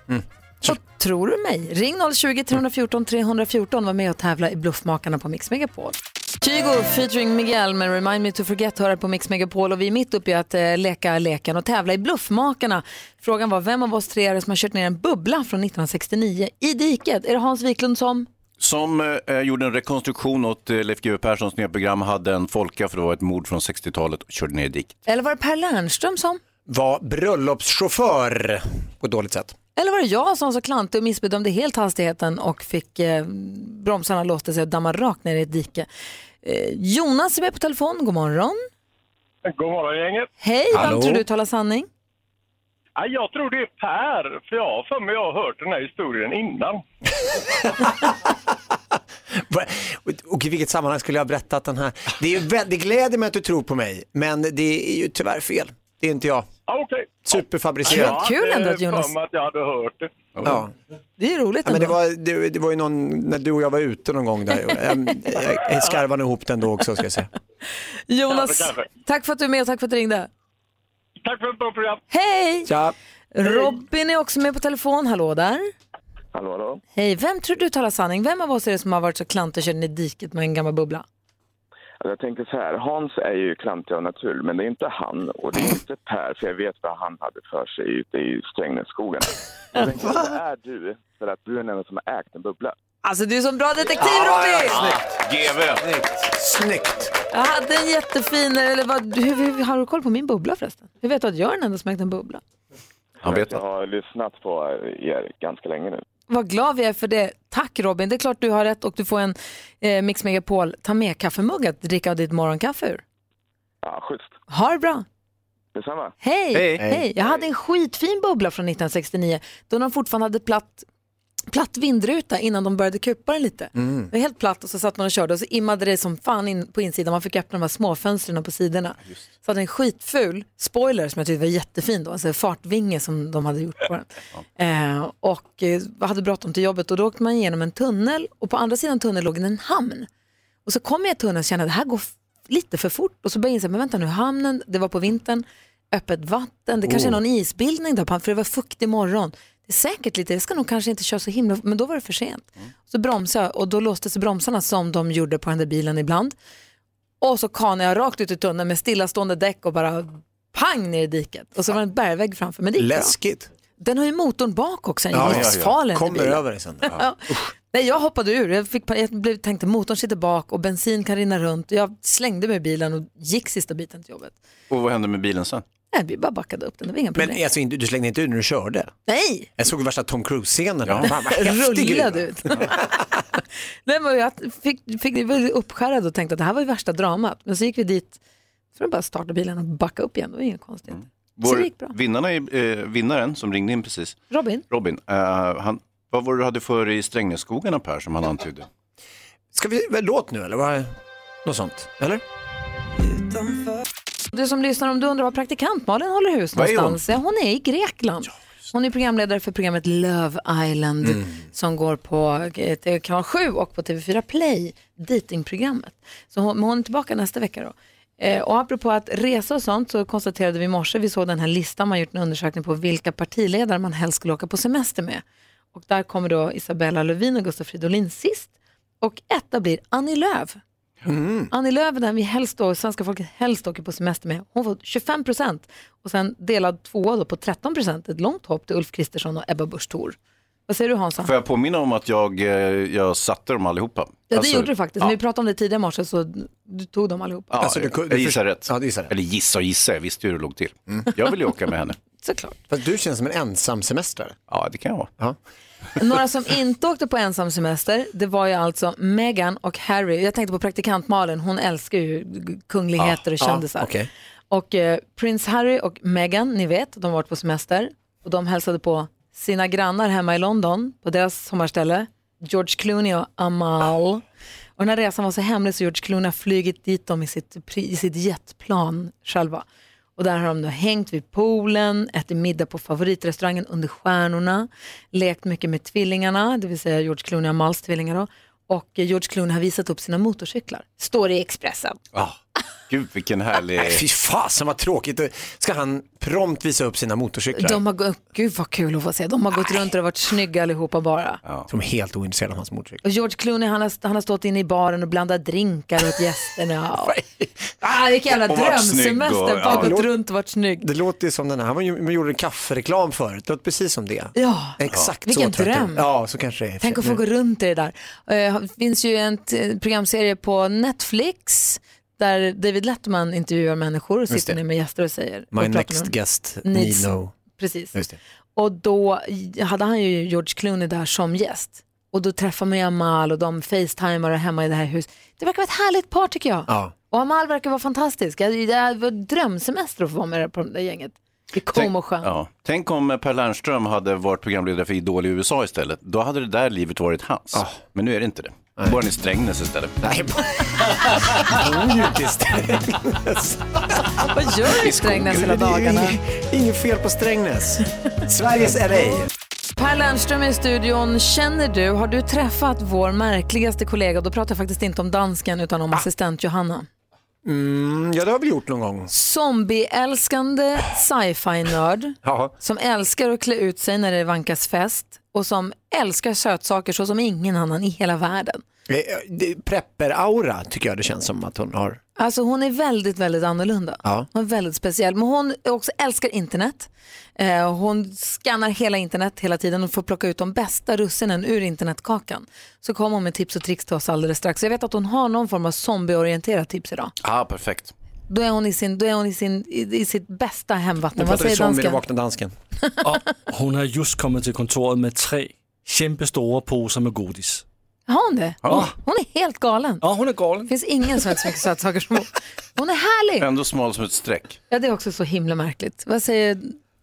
[SPEAKER 1] Vad tror du mig? Ring 020-314 314. Var med och tävla i Bluffmakarna på Mix Megapol. Kygo featuring Miguel med Remind Me To Forget hör här på Mix Megapol och vi är mitt uppe i att eh, leka leken och tävla i Bluffmakarna. Frågan var vem av oss tre är det som har kört ner en bubbla från 1969 i diket? Är det Hans Wiklund som?
[SPEAKER 2] Som eh, gjorde en rekonstruktion åt eh, Leif GW Perssons nya program, hade en folka för det var ett mord från 60-talet och körde ner i diket.
[SPEAKER 1] Eller var det Per Lernström som?
[SPEAKER 7] Var bröllopschaufför på ett dåligt sätt.
[SPEAKER 1] Eller var det jag som var så klantig och missbedömde helt hastigheten och fick eh, bromsarna låste sig och damma rakt ner i ett dike? Eh, Jonas är med på telefon, god morgon.
[SPEAKER 12] God morgon gänget!
[SPEAKER 1] Hej, vem tror du talar sanning?
[SPEAKER 12] Ja, jag tror det är Per, för jag har för mig jag har hört den här historien innan.
[SPEAKER 7] Och i vilket sammanhang skulle jag ha berättat den här? Det, är ju vä- det gläder mig att du tror på mig, men det är ju tyvärr fel. Det är inte jag.
[SPEAKER 12] Ah, okay.
[SPEAKER 7] Superfabricerat.
[SPEAKER 12] Ja, det är för mig att jag hade hört det.
[SPEAKER 7] Ja.
[SPEAKER 1] Det är roligt
[SPEAKER 7] ja, men det, var, det, det var ju någon, när du och jag var ute någon gång där. Jag, jag, jag skarvade nog eh, ihop den då också ska jag säga.
[SPEAKER 1] Jonas,
[SPEAKER 7] Kanske, kanske.
[SPEAKER 1] tack för att du är med och tack för att du ringde.
[SPEAKER 12] Tack för ett bra program!
[SPEAKER 1] Hej!
[SPEAKER 7] Tja.
[SPEAKER 1] Robin är också med på telefon, hallå där.
[SPEAKER 14] Hallå, hallå.
[SPEAKER 1] Hej, vem tror du talar sanning? Vem av oss är det som har varit så klantig och kört ner i diket med en gammal bubbla?
[SPEAKER 14] Alltså, jag tänker så här, Hans är ju klantig av natur, men det är inte han och det är inte Per, för jag vet vad han hade för sig ute i Strängnässkogarna. Jag tänker, det är du, för att du är den enda som har ägt en bubbla.
[SPEAKER 1] Alltså du är som bra detektiv Robin!
[SPEAKER 2] GV!
[SPEAKER 7] Snyggt!
[SPEAKER 1] Jag hade en jättefin, eller vad, hur, hur, har du koll på min bubbla förresten? Hur vet du att jag är den enda som ägt en bubbla?
[SPEAKER 14] Han vet jag har lyssnat på er ganska länge nu.
[SPEAKER 1] Vad glad vi är för det. Tack Robin, det är klart du har rätt och du får en eh, Mix Megapol ta med kaffemugg att dricka av ditt morgonkaffe ur.
[SPEAKER 14] Ja, schysst.
[SPEAKER 1] Ha det bra!
[SPEAKER 14] Detsamma.
[SPEAKER 1] Hej! Hej. Jag hade en skitfin bubbla från 1969 då de fortfarande hade platt, platt vindruta innan de började kupa den lite.
[SPEAKER 4] Mm.
[SPEAKER 1] Det var helt platt och så satt man och körde och så immade det som fan in på insidan. Man fick öppna de här små fönstren på sidorna. Så hade en skitful spoiler som jag tyckte var jättefin då, alltså en fartvinge som de hade gjort på den. Eh, och eh, hade bråttom till jobbet och då åkte man igenom en tunnel och på andra sidan tunneln låg en hamn. Och så kom jag i tunneln och kände att det här går f- lite för fort. Och så började jag inse, men vänta nu, hamnen, det var på vintern, öppet vatten, det kanske är
[SPEAKER 9] Oh.
[SPEAKER 1] någon isbildning där på för det var fuktig morgon. Det är säkert lite, jag ska nog kanske inte köra så himla, men då var det för sent. Så bromsade jag och då låste sig bromsarna som de gjorde på den där bilen ibland. Och så kanade jag rakt ut i tunneln med stillastående däck och bara pang ner i diket. Och så var det en bergvägg framför, men det gick bra.
[SPEAKER 7] Läskigt.
[SPEAKER 1] Den har ju motorn bak också, den är ju livsfarlig. den
[SPEAKER 7] Kommer
[SPEAKER 1] bilen.
[SPEAKER 7] över det sen.
[SPEAKER 1] Ja. Nej, jag hoppade ur. Jag, fick, jag blev, tänkte motorn sitter bak och bensin kan rinna runt. Jag slängde mig i bilen och gick sista biten till jobbet.
[SPEAKER 2] Och vad hände med bilen sen?
[SPEAKER 1] Nej, vi bara backade upp den, det var inga problem.
[SPEAKER 7] Men alltså, du slängde inte ut när du körde?
[SPEAKER 1] Nej!
[SPEAKER 7] Jag såg värsta Tom Cruise-scenen. Ja. Fan, vad häftig grej.
[SPEAKER 1] Rullade ut. Nej, men jag fick, fick, jag blev uppskärrad och tänkte att det här var ju värsta dramat. Men så gick vi dit för att bara starta bilen och backa upp igen. Det var inget konstigt. Så det gick bra.
[SPEAKER 2] Vår vinnarna, i- eh, vinnaren som ringde in precis,
[SPEAKER 1] Robin?
[SPEAKER 2] Robin, eh, han, vad var det du hade för i Strängnässkogarna Per som han antydde?
[SPEAKER 7] Ska vi, väl, låt nu eller? Vad, något sånt, eller?
[SPEAKER 1] Du som lyssnar, om du undrar var praktikant Malin håller hus
[SPEAKER 7] Var är hon?
[SPEAKER 1] någonstans? Hon? hon är i Grekland. Hon är programledare för programmet Love Island
[SPEAKER 15] Mm.
[SPEAKER 1] som går på eh, TV kanal 7 och på TV4 Play, datingprogrammet. Så hon, men hon är tillbaka nästa vecka då. Eh, och apropå att resa och sånt så konstaterade vi i morse, vi såg den här listan, man har gjort en undersökning på vilka partiledare man helst skulle åka på semester med. Och där kommer då Isabella Lövin och Gustaf Fridolin sist. Och etta blir Annie Lööf.
[SPEAKER 2] Mm.
[SPEAKER 1] Annie Lööf är den vi helst då, svenska folket helst åker på semester med. Hon får 25 procent och sen delad tvåa då på 13 procent. Ett långt hopp till Ulf Kristersson och Ebba Busch Thor. Vad säger du Hansa?
[SPEAKER 2] Får jag påminna om att jag, eh, jag satte dem allihopa?
[SPEAKER 1] Ja det
[SPEAKER 2] Alltså,
[SPEAKER 1] gjorde du faktiskt.
[SPEAKER 2] ja.
[SPEAKER 1] När vi pratade om det tidigare i morse så du tog dem allihopa.
[SPEAKER 2] Ja,
[SPEAKER 7] Alltså,
[SPEAKER 2] jag, jag gissar rätt. Eller gissa och gissa, jag visste ju hur det låg till. Jag vill ju åka med henne.
[SPEAKER 1] Såklart.
[SPEAKER 7] Fast du känns som en ensam semestrare.
[SPEAKER 2] Ja, det kan jag vara.
[SPEAKER 1] Några som inte åkte på ensam semester, det var ju alltså Meghan och Harry. Jag tänkte på praktikant Malin, hon älskar ju g- kungligheten och kändisar.
[SPEAKER 7] okej.
[SPEAKER 1] Och eh, prins Harry och Meghan, ni vet, de har varit på semester och de hälsade på sina grannar hemma i London på deras sommarställe, George Clooney och Amal. Och den här resan var så hemlig så George Clooney har flugit dit dem i sitt, pri- i sitt jetplan själva. Och där har de då hängt vid poolen, ätit middag på favoritrestaurangen under stjärnorna, lekt mycket med tvillingarna, det vill säga George Clooney och Amals tvillingar då. Och eh, George Clooney har visat upp sina motorcyklar. Står i Expressen.
[SPEAKER 2] Ah, gud vilken härlig...
[SPEAKER 1] Eh,
[SPEAKER 7] Nej, fy fasen vad tråkigt. Ska han prompt visa upp sina motorcyklar?
[SPEAKER 1] De har, gå- gud vad kul att få se. De har gått runt och varit snygga allihopa bara.
[SPEAKER 7] De är helt ointresserade av hans motorcykel.
[SPEAKER 1] Och George Clooney han har, han har stått inne i baren och blandat drinkar åt gästerna. ah, vilken jävla
[SPEAKER 7] Och varit snygg och-
[SPEAKER 1] drömsemester. Bara
[SPEAKER 7] ja.
[SPEAKER 1] gått runt och varit snygg.
[SPEAKER 7] Det låter ju som den här, han var ju, man gjorde en kaffereklam förut, det låter precis som det.
[SPEAKER 1] Ja.
[SPEAKER 7] Exakt
[SPEAKER 1] Ja.
[SPEAKER 7] så
[SPEAKER 1] Vilken
[SPEAKER 7] tror jag att det-
[SPEAKER 1] dröm.
[SPEAKER 7] Ja, så kanske det är.
[SPEAKER 1] Tänk att få gå runt i det där. Eh, Det finns ju en t- programserie på Netflix där David Letterman intervjuar människor och
[SPEAKER 7] Just
[SPEAKER 1] sitter
[SPEAKER 7] det.
[SPEAKER 1] ner med gäster och säger. och
[SPEAKER 7] My
[SPEAKER 1] pratar
[SPEAKER 7] next
[SPEAKER 1] med dem.
[SPEAKER 7] guest,
[SPEAKER 1] Needs-
[SPEAKER 7] Nino.
[SPEAKER 1] Precis.
[SPEAKER 7] Just det.
[SPEAKER 1] Och då hade han ju George Clooney där som gäst. Och då träffar man ju Amal och de facetimar och hemma i det här huset. Det verkar vara ett härligt par tycker jag.
[SPEAKER 7] Ja.
[SPEAKER 1] Och Amal verkar vara fantastisk. Jag- Det var ett drömsemester att få vara med på det där gänget. I Como sjön.
[SPEAKER 2] Ja. Tänk om Per Lernström hade varit programledare för Idol i USA istället. Då hade det där livet varit hans. Men nu är det inte det. Bara i Strängnäs istället. Nej,
[SPEAKER 1] Vad gör du i Strängnäs hela dagarna?
[SPEAKER 7] Inget fel på Strängnäs. Sveriges LA.
[SPEAKER 1] Per Lernström är i studion. Känner du, har du träffat vår märkligaste kollega? Då pratar jag faktiskt inte om dansken utan om assistent Johanna.
[SPEAKER 7] Mm, ja, det har vi gjort någon gång.
[SPEAKER 1] Zombieälskande sci-fi-nörd
[SPEAKER 7] Ja.
[SPEAKER 1] som älskar att klä ut sig när det vankas fest och som älskar sötsaker så som ingen annan i hela världen.
[SPEAKER 7] Eh, eh, det- Prepper-aura tycker jag det känns som att hon har.
[SPEAKER 1] Alltså hon är väldigt, väldigt annorlunda.
[SPEAKER 7] Ja.
[SPEAKER 1] Hon är väldigt speciell. Men hon också älskar internet. Eh, hon skannar hela internet hela tiden och får plocka ut de bästa russinen ur internetkakan. Så kommer hon med tips och tricks till oss alldeles strax. Jag vet att hon har någon form av zombieorienterat tips idag.
[SPEAKER 2] Ah, perfekt.
[SPEAKER 1] Då är hon i, sin, då är hon i, sin, i, i sitt bästa hemvatten. Vad säger
[SPEAKER 7] zombie,
[SPEAKER 1] dansken?
[SPEAKER 7] nu vaknar dansken.
[SPEAKER 3] Hun har just kommet til kontoret med tre kæmpestore poser med godis.
[SPEAKER 1] Har hon det?
[SPEAKER 3] Ja.
[SPEAKER 1] Hon är helt galen.
[SPEAKER 3] Ja, hon är galen. Det
[SPEAKER 1] finns ingen som äter så mycket sötsaker som hon. Hon är härlig.
[SPEAKER 2] Ändå smal som ett streck.
[SPEAKER 1] Ja, det är också så himla märkligt. Vad säger...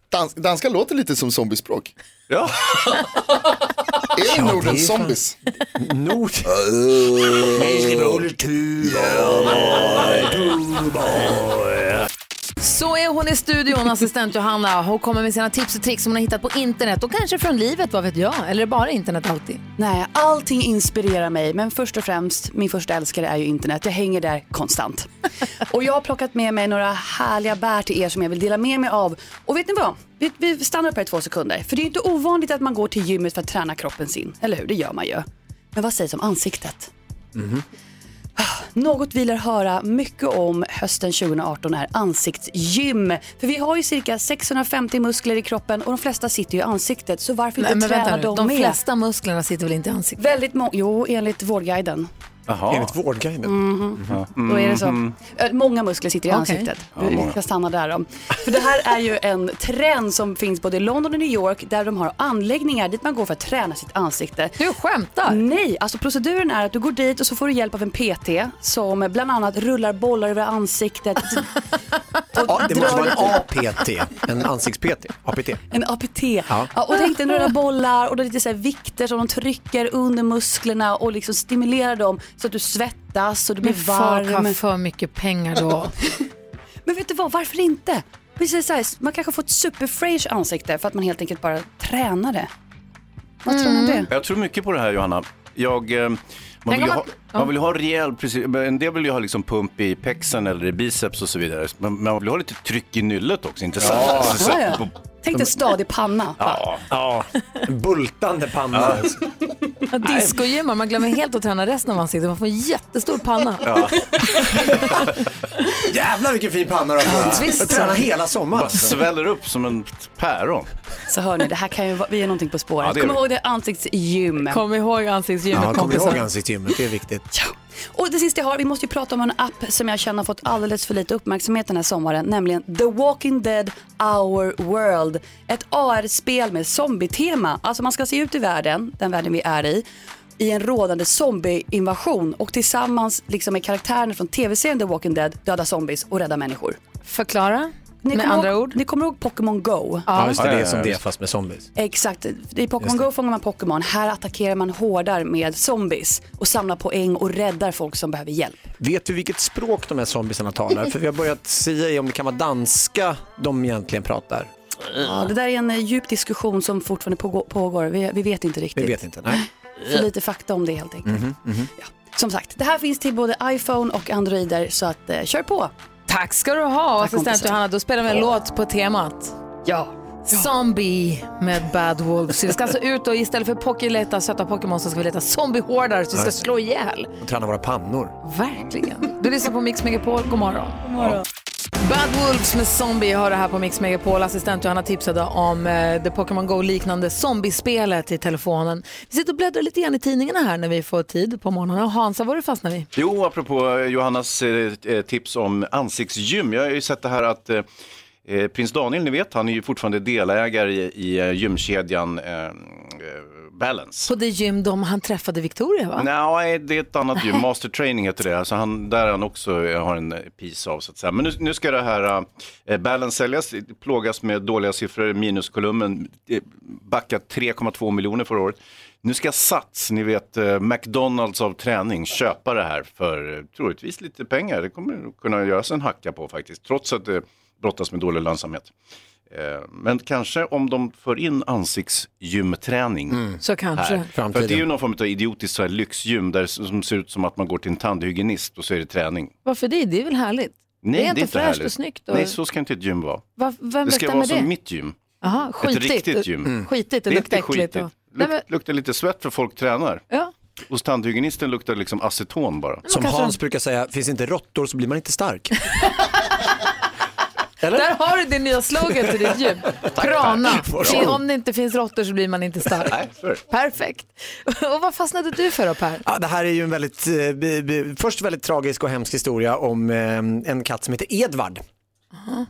[SPEAKER 16] Dans, danska låter lite som zombiespråk.
[SPEAKER 2] Ja.
[SPEAKER 16] är
[SPEAKER 4] Ja,
[SPEAKER 16] det
[SPEAKER 4] det
[SPEAKER 16] Norden
[SPEAKER 4] är fan-
[SPEAKER 16] zombies?
[SPEAKER 7] Nord...
[SPEAKER 1] Så är hon i studion, assistent Johanna. Hon kommer med sina tips och tricks som hon har hittat på internet och kanske från livet, vad vet jag? Eller bara internet alltid?
[SPEAKER 17] Nej, allting inspirerar mig, men först och främst, min första älskare är ju internet. Jag hänger där konstant. Och jag har plockat med mig några härliga bär till er som jag vill dela med mig av. Och vet ni vad? Vi, vi stannar upp här i två sekunder. För det är ju inte ovanligt att man går till gymmet för att träna kroppen sin, eller hur? Det gör man ju. Men vad sägs om ansiktet? Ah, Något vi lär höra mycket om hösten 2018 är ansiktsgym. För vi har ju cirka 650 muskler i kroppen och de flesta sitter ju i ansiktet. Så varför
[SPEAKER 1] Nej, men
[SPEAKER 17] inte
[SPEAKER 1] vänta
[SPEAKER 17] träna
[SPEAKER 1] nu.
[SPEAKER 17] dem
[SPEAKER 1] De
[SPEAKER 17] med?
[SPEAKER 1] flesta musklerna sitter väl inte i ansiktet?
[SPEAKER 17] Väldigt många, jo enligt Vårdguiden.
[SPEAKER 2] Jaha.
[SPEAKER 7] Enligt Vårdguiden.
[SPEAKER 1] Mm.
[SPEAKER 17] Mhm. Då är det så. Ö, Många muskler sitter i
[SPEAKER 7] Okej.
[SPEAKER 17] ansiktet.
[SPEAKER 7] Mhm. Ja,
[SPEAKER 17] Vi
[SPEAKER 7] många.
[SPEAKER 17] kan stanna där då. För det här är ju en trend som finns både i London och New York där de har anläggningar dit man går för att träna sitt ansikte.
[SPEAKER 1] Du skämtar?
[SPEAKER 17] Nej, alltså proceduren är att du går dit och så får du hjälp av en PT som bland annat rullar bollar över ansiktet.
[SPEAKER 7] Ja, det måste vara en APT, en ansikts-PT. APT.
[SPEAKER 17] En APT.
[SPEAKER 7] Ja.
[SPEAKER 17] Ja. och tänk dig några bollar och då lite så här vikter som de trycker under musklerna och liksom stimulerar dem så att du svettas och du blir
[SPEAKER 1] Men folk
[SPEAKER 17] varm.
[SPEAKER 1] har för mycket pengar då.
[SPEAKER 17] Men vet du vad, varför inte? Precis så här, man kanske får ett superfresh ansikte för att man helt enkelt bara tränar det. Vad tror ni om det?
[SPEAKER 2] Jag tror mycket på det här Johanna. Jag, eh, man,
[SPEAKER 17] Tänk
[SPEAKER 2] vill
[SPEAKER 17] om
[SPEAKER 2] ju
[SPEAKER 17] man-
[SPEAKER 2] ha,
[SPEAKER 17] ja.
[SPEAKER 2] man vill ju ha rejäl, precis, men en del vill ju ha liksom pump i pexen eller i biceps och så vidare. Men man vill ha lite tryck i nyllet också, inte sant? Alltså, så
[SPEAKER 17] Ja,
[SPEAKER 2] här,
[SPEAKER 17] ja.
[SPEAKER 2] bo-
[SPEAKER 17] Tänk dig stadig panna.
[SPEAKER 2] Ja.
[SPEAKER 7] ja, bultande panna.
[SPEAKER 1] Ja, Discogymmar, man glömmer helt att träna resten av ansiktet. Man får en jättestor panna.
[SPEAKER 7] Ja. Jävlar vilken fin panna du har
[SPEAKER 1] Ja, visst.
[SPEAKER 7] fått. Jag tränar hela
[SPEAKER 2] Bara
[SPEAKER 7] sommaren.
[SPEAKER 2] sväller upp som en päron.
[SPEAKER 17] Så hör ni, det här kan ju vara, vi är någonting på spåret.
[SPEAKER 2] Ja, det är
[SPEAKER 17] Kom
[SPEAKER 2] vi.
[SPEAKER 17] ihåg det, ansiktsgym.
[SPEAKER 1] Kom ihåg ansiktsgymmet
[SPEAKER 7] Ja, kom ihåg ansiktsgymmet, det är viktigt.
[SPEAKER 17] Och det sista jag har, vi måste ju prata om en app som jag känner har fått alldeles för lite uppmärksamhet den här sommaren, nämligen The Walking Dead Our World. Ett AR-spel med zombietema. Alltså man ska se ut i världen, den världen vi är i, i en rådande zombieinvasion och tillsammans liksom med karaktärerna från tv-serien The Walking Dead döda zombies och rädda människor.
[SPEAKER 1] Förklara
[SPEAKER 17] Ni
[SPEAKER 1] med
[SPEAKER 17] kommer
[SPEAKER 1] andra
[SPEAKER 17] ihåg,
[SPEAKER 1] ord.
[SPEAKER 17] Ni kommer ihåg Pokémon Go?
[SPEAKER 7] Ja, just det, det är som det fast med zombies.
[SPEAKER 17] Exakt. I Pokémon
[SPEAKER 7] Just det.
[SPEAKER 17] Go fångar man Pokémon. Här attackerar man hårdar med zombies och samlar poäng och räddar folk som behöver hjälp.
[SPEAKER 7] Vet du vilket språk de här zombiesarna talar? För vi har börjat säga om det kan vara danska de egentligen pratar.
[SPEAKER 17] Ja, det där är en eh, djup diskussion som fortfarande pågår. pågår. Vi, vi vet inte riktigt.
[SPEAKER 7] Vi vet inte, nej.
[SPEAKER 17] För lite fakta om det helt enkelt.
[SPEAKER 7] Mhm, mhm.
[SPEAKER 17] Som sagt, det här finns till både iPhone och Androider så att eh, kör på.
[SPEAKER 1] Tack ska du ha,
[SPEAKER 17] Tack,
[SPEAKER 1] assistent
[SPEAKER 17] kompisar.
[SPEAKER 1] Johanna. Då spelar vi en låt på temat.
[SPEAKER 17] Ja.
[SPEAKER 1] Zombie med Bad Wolves. Vi ska alltså ut och istället för pocky leta söta Pokémon så ska vi leta zombiehårdar så vi ska slå ihjäl.
[SPEAKER 7] De tränar våra pannor.
[SPEAKER 1] Verkligen. Du lyssnar på Mix Megapol. God morgon. Bad Wolves med Zombie hör det här på Mix Megapol. Assistent Johanna tipsade om eh, det Pokémon Go-liknande zombiespelet i telefonen. Vi sitter och bläddrar lite grann i tidningarna här när vi får tid på morgonen. Och Hansa, var du fastnar vi?
[SPEAKER 2] Jo, apropå eh, Johannas eh, eh, tips om ansiktsgym. Jag har ju sett det här att eh, eh, prins Daniel, ni vet, han är ju fortfarande delägare i, i eh, gymkedjan eh, eh, Balance.
[SPEAKER 1] På det gym de han träffade Victoria, va?
[SPEAKER 2] Nej, det är ett annat gym. Master Training heter det. Alltså han, där han också eh, har en eh, piece av så att säga. Men nu, nu ska det här eh, Balance säljas, plågas med dåliga siffror, i minuskolumnen, eh, backat 3,2 miljoner förra året. Nu ska Sats, ni vet eh, McDonalds av träning, köpa det här för eh, troligtvis lite pengar. Det kommer kunna göras en hacka på faktiskt, trots att det brottas med dålig lönsamhet. Eh, Men kanske om de för in ansiktsgymträning.
[SPEAKER 1] Så kanske.
[SPEAKER 2] Här. För att det är ju någon form av idiotiskt så här lyxgym där s- som ser ut som att man går till en tandhygienist och så är det träning.
[SPEAKER 1] Varför det? Det är väl härligt?
[SPEAKER 2] Nej,
[SPEAKER 1] det är inte fräscht
[SPEAKER 2] härligt.
[SPEAKER 1] och snyggt. Och...
[SPEAKER 2] Nej, så ska inte ett gym vara.
[SPEAKER 1] Va, vem
[SPEAKER 2] det ska
[SPEAKER 1] bestämmer
[SPEAKER 2] vara som
[SPEAKER 1] det?
[SPEAKER 2] mitt gym.
[SPEAKER 1] Aha, skitigt.
[SPEAKER 2] Ett riktigt gym.
[SPEAKER 1] Mm. Skitigt och
[SPEAKER 2] Det är
[SPEAKER 1] luktar
[SPEAKER 2] inte
[SPEAKER 1] äckligt. Och...
[SPEAKER 2] skitigt.
[SPEAKER 1] Nej,
[SPEAKER 2] Luk,
[SPEAKER 1] men,
[SPEAKER 2] Luktar lite svett för folk tränar.
[SPEAKER 1] Ja.
[SPEAKER 2] Hos tandhygienisten luktar det liksom aceton bara.
[SPEAKER 7] Som Hans brukar säga, finns inte råttor så blir man inte stark.
[SPEAKER 1] där har du din nya slogan till ditt gym. Prana.
[SPEAKER 7] Varsågod.
[SPEAKER 1] Om det inte finns råttor så blir man inte stark. Perfekt. Och vad fastnade du för då Per?
[SPEAKER 7] Ja, det här är ju en väldigt, eh, b- b- först väldigt tragisk och hemsk historia om eh, en katt som heter Edvard. Eh,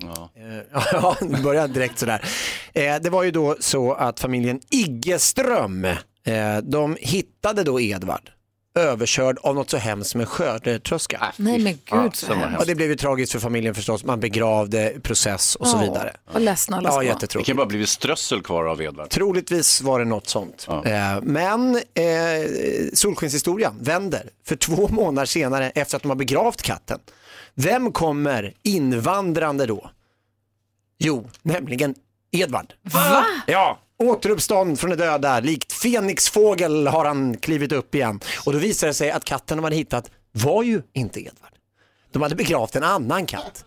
[SPEAKER 2] Ja.
[SPEAKER 7] Ja, det börjar direkt sådär. Eh, Det var ju då så att familjen Iggeström, eh, de hittade då Edvard överkörd av något så hemskt som en skördetröska.
[SPEAKER 2] Ah,
[SPEAKER 1] Nej men
[SPEAKER 7] Ja,
[SPEAKER 1] gud så hemskt.
[SPEAKER 7] och det blev ju tragiskt för familjen förstås, man begravde, process och så
[SPEAKER 1] Ja,
[SPEAKER 7] vidare.
[SPEAKER 1] Vad ledsna alla ska
[SPEAKER 7] Ja,
[SPEAKER 1] vara.
[SPEAKER 7] jättetråkigt.
[SPEAKER 2] Det kan bara blivit strössel kvar av Edvard.
[SPEAKER 7] Troligtvis var det något sånt. Eh, Men eh, solskenshistorien vänder för två månader senare efter att de har begravt katten. Vem kommer invandrande då? Jo, nämligen Edvard. Va? Ja, återuppstånd från de döda. Likt fenixfågel har han klivit upp igen. Och då visar det sig att katten de hade hittat var ju inte Edvard. De hade begravt en annan katt.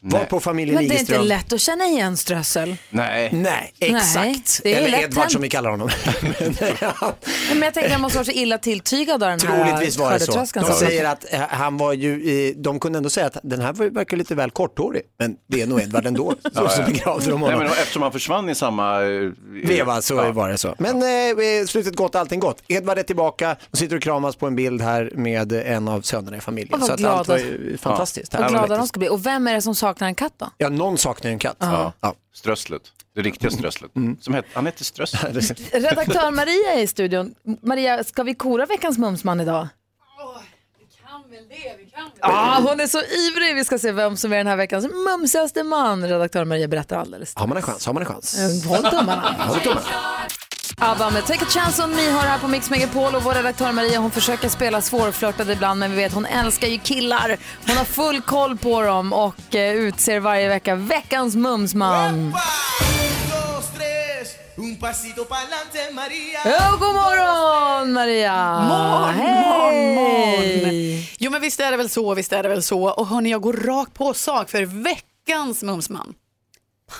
[SPEAKER 7] Var på familjen
[SPEAKER 1] Men det är inte
[SPEAKER 7] Igelström.
[SPEAKER 1] lätt att känna igen Strössel.
[SPEAKER 2] Nej.
[SPEAKER 7] Nej, exakt.
[SPEAKER 1] Nej, det är
[SPEAKER 7] Eller
[SPEAKER 1] lätt
[SPEAKER 7] Edvard som
[SPEAKER 1] hänt.
[SPEAKER 7] vi kallar honom.
[SPEAKER 1] Nej, Men jag tänker att han måste vara så illa tilltygad av den
[SPEAKER 7] Troligtvis
[SPEAKER 1] här
[SPEAKER 7] var det så.
[SPEAKER 1] skördetröskan.
[SPEAKER 7] De
[SPEAKER 1] som-
[SPEAKER 7] säger att eh, han var ju, i, de kunde ändå säga att den här var- verkar lite väl korthårig, men det är nog Edvard ändå. så, så begravde de
[SPEAKER 2] Nej,
[SPEAKER 7] honom.
[SPEAKER 2] men eftersom han försvann i samma... eh,
[SPEAKER 7] Veva, så var det så. Men eh, slutet gott, allting gott. Edvard är tillbaka och sitter och kramas på en bild här med en av sönerna i familjen.
[SPEAKER 1] Och
[SPEAKER 7] Så
[SPEAKER 1] vad
[SPEAKER 7] att allt var
[SPEAKER 1] glada,
[SPEAKER 7] ju fantastiskt.
[SPEAKER 1] vad glada de ska bli. Och vem är det som saknar en katt då?
[SPEAKER 7] Ja, någon saknar ju en katt.
[SPEAKER 1] Ja.
[SPEAKER 2] Strösslet. Det riktiga strösslet.
[SPEAKER 7] Mm.
[SPEAKER 2] Som het, han hette Strösslet.
[SPEAKER 1] Redaktör Maria är i studion. Maria, ska vi kora veckans Mumsman idag? Ja, hon är så ivrig. Vi ska se vem som är den här veckans mumsigaste man. Redaktör Maria berättar alldeles.
[SPEAKER 7] Har man en chans? Har man en chans?
[SPEAKER 1] Eh, Håll tummarna.
[SPEAKER 7] Håll tummarna.
[SPEAKER 1] ABBA med Take a chance on me har det här på Mix Megapol och vår redaktör Maria hon försöker spela svårflörtad ibland men vi vet hon älskar ju killar. Hon har full koll på dem och eh, utser varje vecka veckans mumsman.
[SPEAKER 15] dos, tres, un pasito pa'lante, María.
[SPEAKER 1] Ja, Oh, god morgon Maria!
[SPEAKER 18] Morgon, morgon, morgon.
[SPEAKER 1] Hej.
[SPEAKER 18] Jo men visst är det väl så, visst är det väl så. Och hörni, jag går rakt på sak för veckans Mumsman.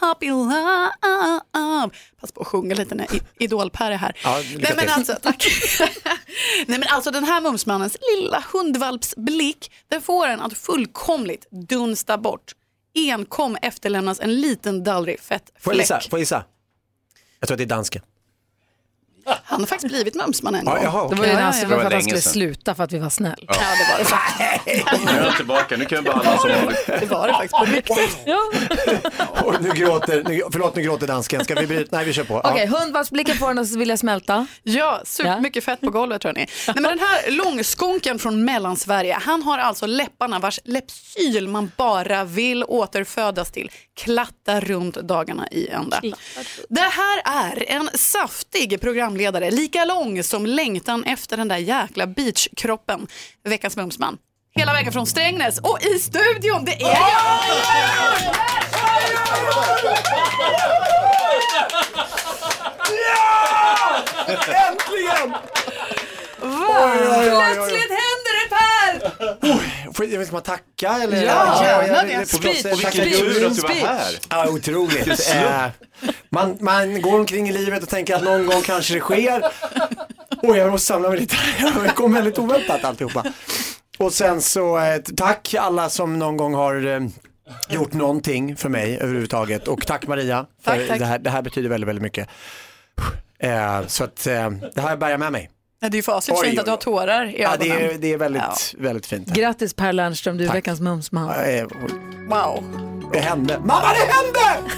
[SPEAKER 18] Puppy love. Pass på att sjunga lite när I- Idol-Per är här.
[SPEAKER 15] Ja, lycka
[SPEAKER 18] Nej men
[SPEAKER 15] till.
[SPEAKER 18] alltså, tack. Nej men alltså den här Mumsmannens lilla hundvalpsblick, den får en att fullkomligt dunsta bort. Enkom efterlämnas en liten dallrig
[SPEAKER 7] Får jag
[SPEAKER 18] fettfläck.
[SPEAKER 7] gissa? Får jag gissa? Jag tror att det är dansken.
[SPEAKER 18] Han har faktiskt blivit Mumsman en
[SPEAKER 7] Ja,
[SPEAKER 18] gång.
[SPEAKER 7] jaha,
[SPEAKER 1] Det
[SPEAKER 7] okej.
[SPEAKER 1] var ju
[SPEAKER 7] Ja, ja,
[SPEAKER 1] alltså för
[SPEAKER 7] ja. Det var
[SPEAKER 1] att han
[SPEAKER 7] länge
[SPEAKER 1] skulle
[SPEAKER 7] sedan.
[SPEAKER 1] sluta för att vi var snäll.
[SPEAKER 2] Ja.
[SPEAKER 18] Ja, det var det.
[SPEAKER 2] Nu är han tillbaka, nu kan jag behandla honom som vanligt.
[SPEAKER 18] Det var det faktiskt på riktigt.
[SPEAKER 7] Oj, nu gråter, nu, förlåt nu gråter dansken. Ska vi bryta? Nej vi kör på. Ja.
[SPEAKER 1] Okej, hundvalpsblicken får henne att vilja smälta.
[SPEAKER 18] Ja, supermycket fett på golvet hörni. Nej, men den här långskonken från Mellansverige, han har alltså läpparna vars läppsyl man bara vill återfödas till, klatta runt dagarna i ända. Det här är en saftig programledare, lika lång som längtan efter den där jäkla beachkroppen. Veckans Mumsman. Hela vägen från Strängnäs och i studion, det är jag!
[SPEAKER 7] Äntligen!
[SPEAKER 1] Va?
[SPEAKER 7] Oj, oj, oj, oj.
[SPEAKER 1] Plötsligt händer det Per!
[SPEAKER 7] Får jag, ska man tacka eller?
[SPEAKER 1] Ja, gärna det. Sprit,
[SPEAKER 7] Och
[SPEAKER 1] sprit, sprit.
[SPEAKER 7] Ja, otroligt.
[SPEAKER 2] Vilken slump.
[SPEAKER 7] Eh, man, man går omkring i livet och tänker att någon gång kanske det sker. Oj, jag måste samla mig lite. Det kom väldigt oväntat alltihopa. Och sen så, eh, tack alla som någon gång har eh, gjort någonting för mig överhuvudtaget. Och tack Maria, för
[SPEAKER 18] Tack, tack.
[SPEAKER 7] Det, här, det här betyder väldigt, väldigt mycket. Eh, så att eh, det här bär jag med mig.
[SPEAKER 18] Nej, Det är ju fasligt
[SPEAKER 7] Oj,
[SPEAKER 18] fint
[SPEAKER 7] oj,
[SPEAKER 18] att du har tårar i
[SPEAKER 7] Ja, det,
[SPEAKER 18] ögonen.
[SPEAKER 7] är, det är väldigt, väldigt fint.
[SPEAKER 1] Grattis Per Lernström, du är veckans mumsman.
[SPEAKER 7] Eh, oj.
[SPEAKER 18] Wow.
[SPEAKER 7] Det hände. Mamma, det hände!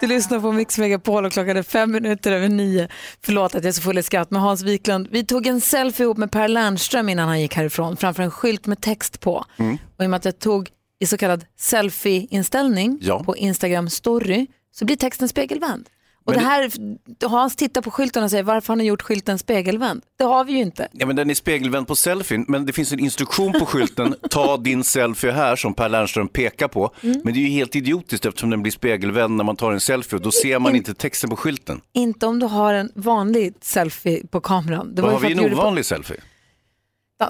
[SPEAKER 1] Du lyssnar på Mix Megapol och klockan är fem minuter över nio. Förlåt att jag är så full i skratt, men Hans Wiklund, vi tog en selfie ihop med Per Lernström innan han gick härifrån framför en skylt med text på. Och i och med att jag tog i så kallad selfie-inställning
[SPEAKER 2] Ja.
[SPEAKER 1] på Instagram story så blir texten spegelvänd. Och
[SPEAKER 2] Men
[SPEAKER 1] det här,
[SPEAKER 2] det-
[SPEAKER 1] Hans tittar på skylten och säger varför har ni gjort skylten spegelvänd? Det har vi ju inte.
[SPEAKER 2] Ja, men den är spegelvänd på selfien, men det finns en instruktion på skylten, ta din selfie här, som Per Lernström pekar på.
[SPEAKER 1] Mm.
[SPEAKER 2] Men det är ju helt idiotiskt eftersom den blir spegelvänd när man tar en selfie och då ser
[SPEAKER 1] Mm.
[SPEAKER 2] man inte texten på skylten.
[SPEAKER 1] Inte om du har en vanlig selfie på kameran. Det
[SPEAKER 2] Vad
[SPEAKER 1] ju
[SPEAKER 2] har
[SPEAKER 1] för
[SPEAKER 2] vi
[SPEAKER 1] att
[SPEAKER 2] en
[SPEAKER 1] gjorde på-
[SPEAKER 2] ovanlig selfie?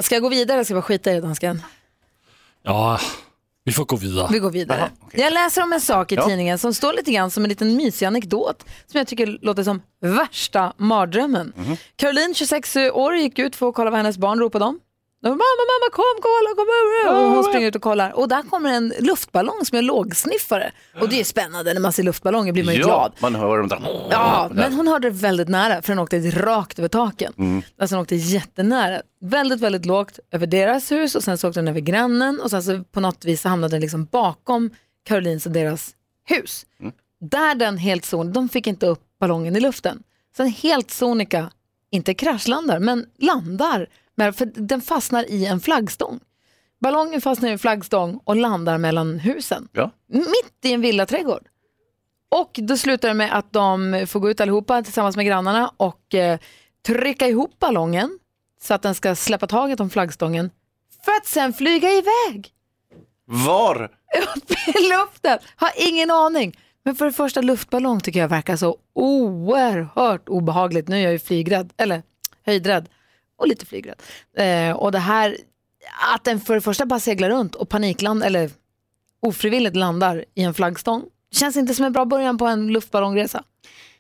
[SPEAKER 1] Ska jag gå vidare? Ska jag bara skita i det, dansken?
[SPEAKER 3] Ja, vi får gå vidare.
[SPEAKER 1] Vi går vidare. Jag läser om en sak i
[SPEAKER 3] Ja.
[SPEAKER 1] tidningen som står lite grann som en liten mysig anekdot som jag tycker låter som värsta mardrömmen.
[SPEAKER 2] Mhm.
[SPEAKER 1] Caroline, 26 år, gick ut för att kolla vad hennes barn ropade om. De, mamma, mamma, kom, kolla, kom över. Och hon springer ut och kollar och där kommer en luftballong som är lågsniffare. Och det är spännande när man ser luftballonger blir man ju glad.
[SPEAKER 2] man hör dem där.
[SPEAKER 1] Ja,
[SPEAKER 2] Där.
[SPEAKER 1] men hon hörde det väldigt nära för den åkte rakt över taken.
[SPEAKER 2] Mm.
[SPEAKER 1] Alltså den åkte jättenära. Väldigt, väldigt lågt över deras hus och sen så åkte den över grannen och sen så på något vis så hamnade den liksom bakom Karolins och deras hus.
[SPEAKER 2] Mm.
[SPEAKER 1] Där den helt sonika, de fick inte upp ballongen i luften. Så den helt sonika, inte kraschlandar, men landar. Med, för den fastnar i en flaggstång. Ballongen fastnar i en flaggstång och landar mellan husen.
[SPEAKER 2] Ja.
[SPEAKER 1] Mitt i en villaträdgård. Och då slutar det med att de får gå ut allihopa tillsammans med grannarna och eh, trycka ihop ballongen så att den ska släppa taget om flaggstången för att sen flyga iväg
[SPEAKER 2] Var?
[SPEAKER 1] i luften. Har ingen aning. Men för det första, luftballong tycker jag verkar så oerhört obehagligt. Nu är jag ju flygrädd, eller höjdrädd och lite flygrädd. Eh, och det här, att den för det första bara seglar runt och panikland, eller ofrivilligt landar i en flaggstång. Känns inte som en bra början på en luftballongresa.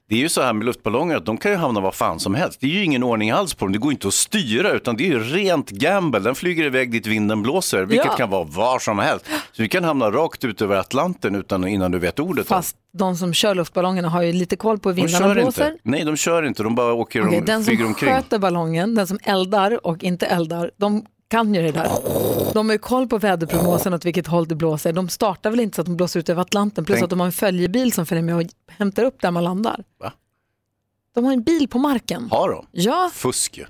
[SPEAKER 2] Det är ju så här med luftballonger att de kan ju hamna var fan som helst. Det är ju ingen ordning alls på dem. Det går inte att styra utan det är ju rent gamble. Den flyger iväg dit vinden blåser, vilket
[SPEAKER 1] Ja.
[SPEAKER 2] kan vara var som helst. Så du kan hamna rakt ut över Atlanten utan, innan du vet ordet.
[SPEAKER 1] Fast de som kör luftballongerna har ju lite koll på hur
[SPEAKER 2] de
[SPEAKER 1] vindarna
[SPEAKER 2] kör
[SPEAKER 1] blåser.
[SPEAKER 2] inte. Nej, de kör inte. De bara åker
[SPEAKER 1] Okej,
[SPEAKER 2] och
[SPEAKER 1] den som
[SPEAKER 2] flyger omkring.
[SPEAKER 1] sköter ballongen, den som eldar och inte eldar, de kan ju det där. De har ju koll på väderprognosen åt vilket håll det blåser. De startar väl inte så att de blåser ut över Atlanten, plus
[SPEAKER 2] Tänk-
[SPEAKER 1] att de har en följebil som följer med och hämtar upp där man landar.
[SPEAKER 2] Va?
[SPEAKER 1] De har en bil på marken.
[SPEAKER 2] Har de?
[SPEAKER 1] Ja.
[SPEAKER 2] Fusk ju.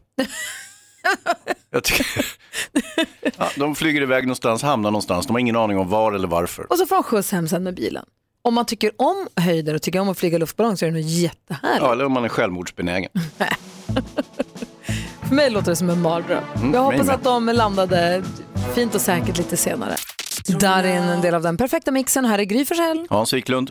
[SPEAKER 2] Jag tycker... ja, de flyger iväg någonstans, hamnar någonstans. De har ingen aning om var eller varför.
[SPEAKER 1] Och så får de skjuts hem sen med bilen. Om man tycker om höjder och tycker om att flyga luftballong så är det nog jättehärligt.
[SPEAKER 2] Ja, eller om man är självmordsbenägen.
[SPEAKER 1] För mig låter det som en mardröm.
[SPEAKER 2] Mm,
[SPEAKER 1] Jag
[SPEAKER 2] mig
[SPEAKER 1] hoppas
[SPEAKER 2] med.
[SPEAKER 1] att de landade fint och säkert lite senare. Darin, en del av den perfekta mixen. Här är Gry Forssell.
[SPEAKER 2] Hans Wiklund.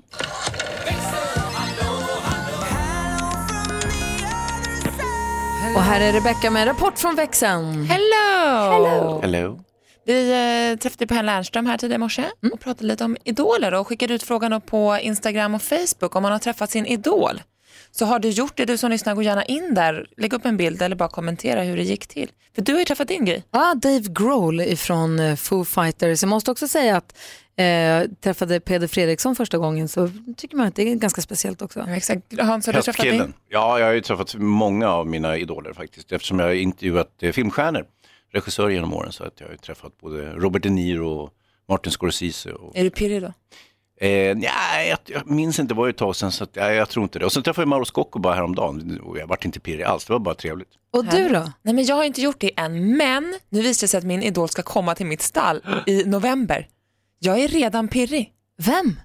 [SPEAKER 1] Och här är Rebecca med en rapport från växeln. Hello! Hello!
[SPEAKER 2] Hello.
[SPEAKER 19] Vi eh, träffade på Pelle Ernström här tidigare i morse och pratade lite om idoler och skickade ut frågan då på Instagram och Facebook om man har träffat sin idol. Så har du gjort det, du som lyssnar, gå gärna in där, lägg upp en bild eller bara kommentera hur det gick till. För du har ju träffat din grej.
[SPEAKER 1] Ja, Dave Grohl från eh, Foo Fighters. Jag måste också säga att eh, jag träffade Peder Fredriksson första gången så tycker man att det är ganska speciellt också.
[SPEAKER 19] Exakt. Hans,
[SPEAKER 2] Höstkillen. Ja, jag har ju träffat många av mina idoler faktiskt eftersom jag har intervjuat eh, filmstjärnor, regissörer genom åren. Så att jag har ju träffat både Robert De Niro och Martin Scorsese. Och,
[SPEAKER 19] Är du pirrig då?
[SPEAKER 2] eh, nej, jag, jag minns inte, det var ju ett tag sedan så att, nej, jag tror inte det. Och sen träffade jag Mauro Scocco bara häromdagen och jag vart inte pirrig alls, det var bara trevligt.
[SPEAKER 1] Och du då?
[SPEAKER 19] Nej men jag har inte gjort det än, men nu visar det sig att min idol ska komma till mitt stall i november. Jag är redan pirrig.
[SPEAKER 1] Vem?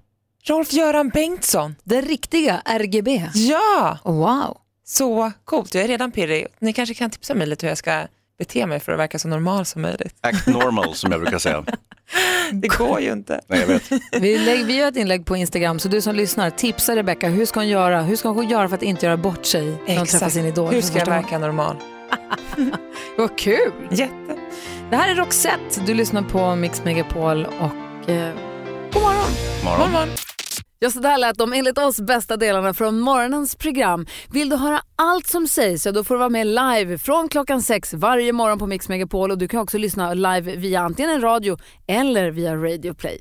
[SPEAKER 19] Rolf-Göran Bengtsson.
[SPEAKER 1] Den riktiga RGB?
[SPEAKER 19] Ja!
[SPEAKER 1] Wow.
[SPEAKER 19] Så coolt, jag är redan pirrig. Ni kanske kan tipsa mig lite hur jag ska bete mig för att verka så normal som möjligt.
[SPEAKER 2] Act normal som jag brukar säga.
[SPEAKER 19] Det går ju inte.
[SPEAKER 2] Nej, jag vet.
[SPEAKER 1] Vi, lägger, vi gör ett inlägg på Instagram så du som lyssnar tipsa Rebecca hur ska hon göra? Hur ska hon göra för att inte göra bort sig när hon
[SPEAKER 19] Exakt.
[SPEAKER 1] träffar sin idol?
[SPEAKER 19] Hur
[SPEAKER 1] för
[SPEAKER 19] ska jag
[SPEAKER 1] första gången?
[SPEAKER 19] verka normal?
[SPEAKER 1] Vad kul!
[SPEAKER 19] Jätte.
[SPEAKER 1] Det här är Roxette. Du lyssnar på Mix Megapol och eh, god morgon.
[SPEAKER 2] Morgon. God
[SPEAKER 19] morgon.
[SPEAKER 1] Ja, så där lät de enligt oss bästa delarna från morgonens program. Vill du höra allt som sägs så då får du vara med live från klockan sex varje morgon på Mix Megapol och du kan också lyssna live via antingen en radio eller via Radio Play.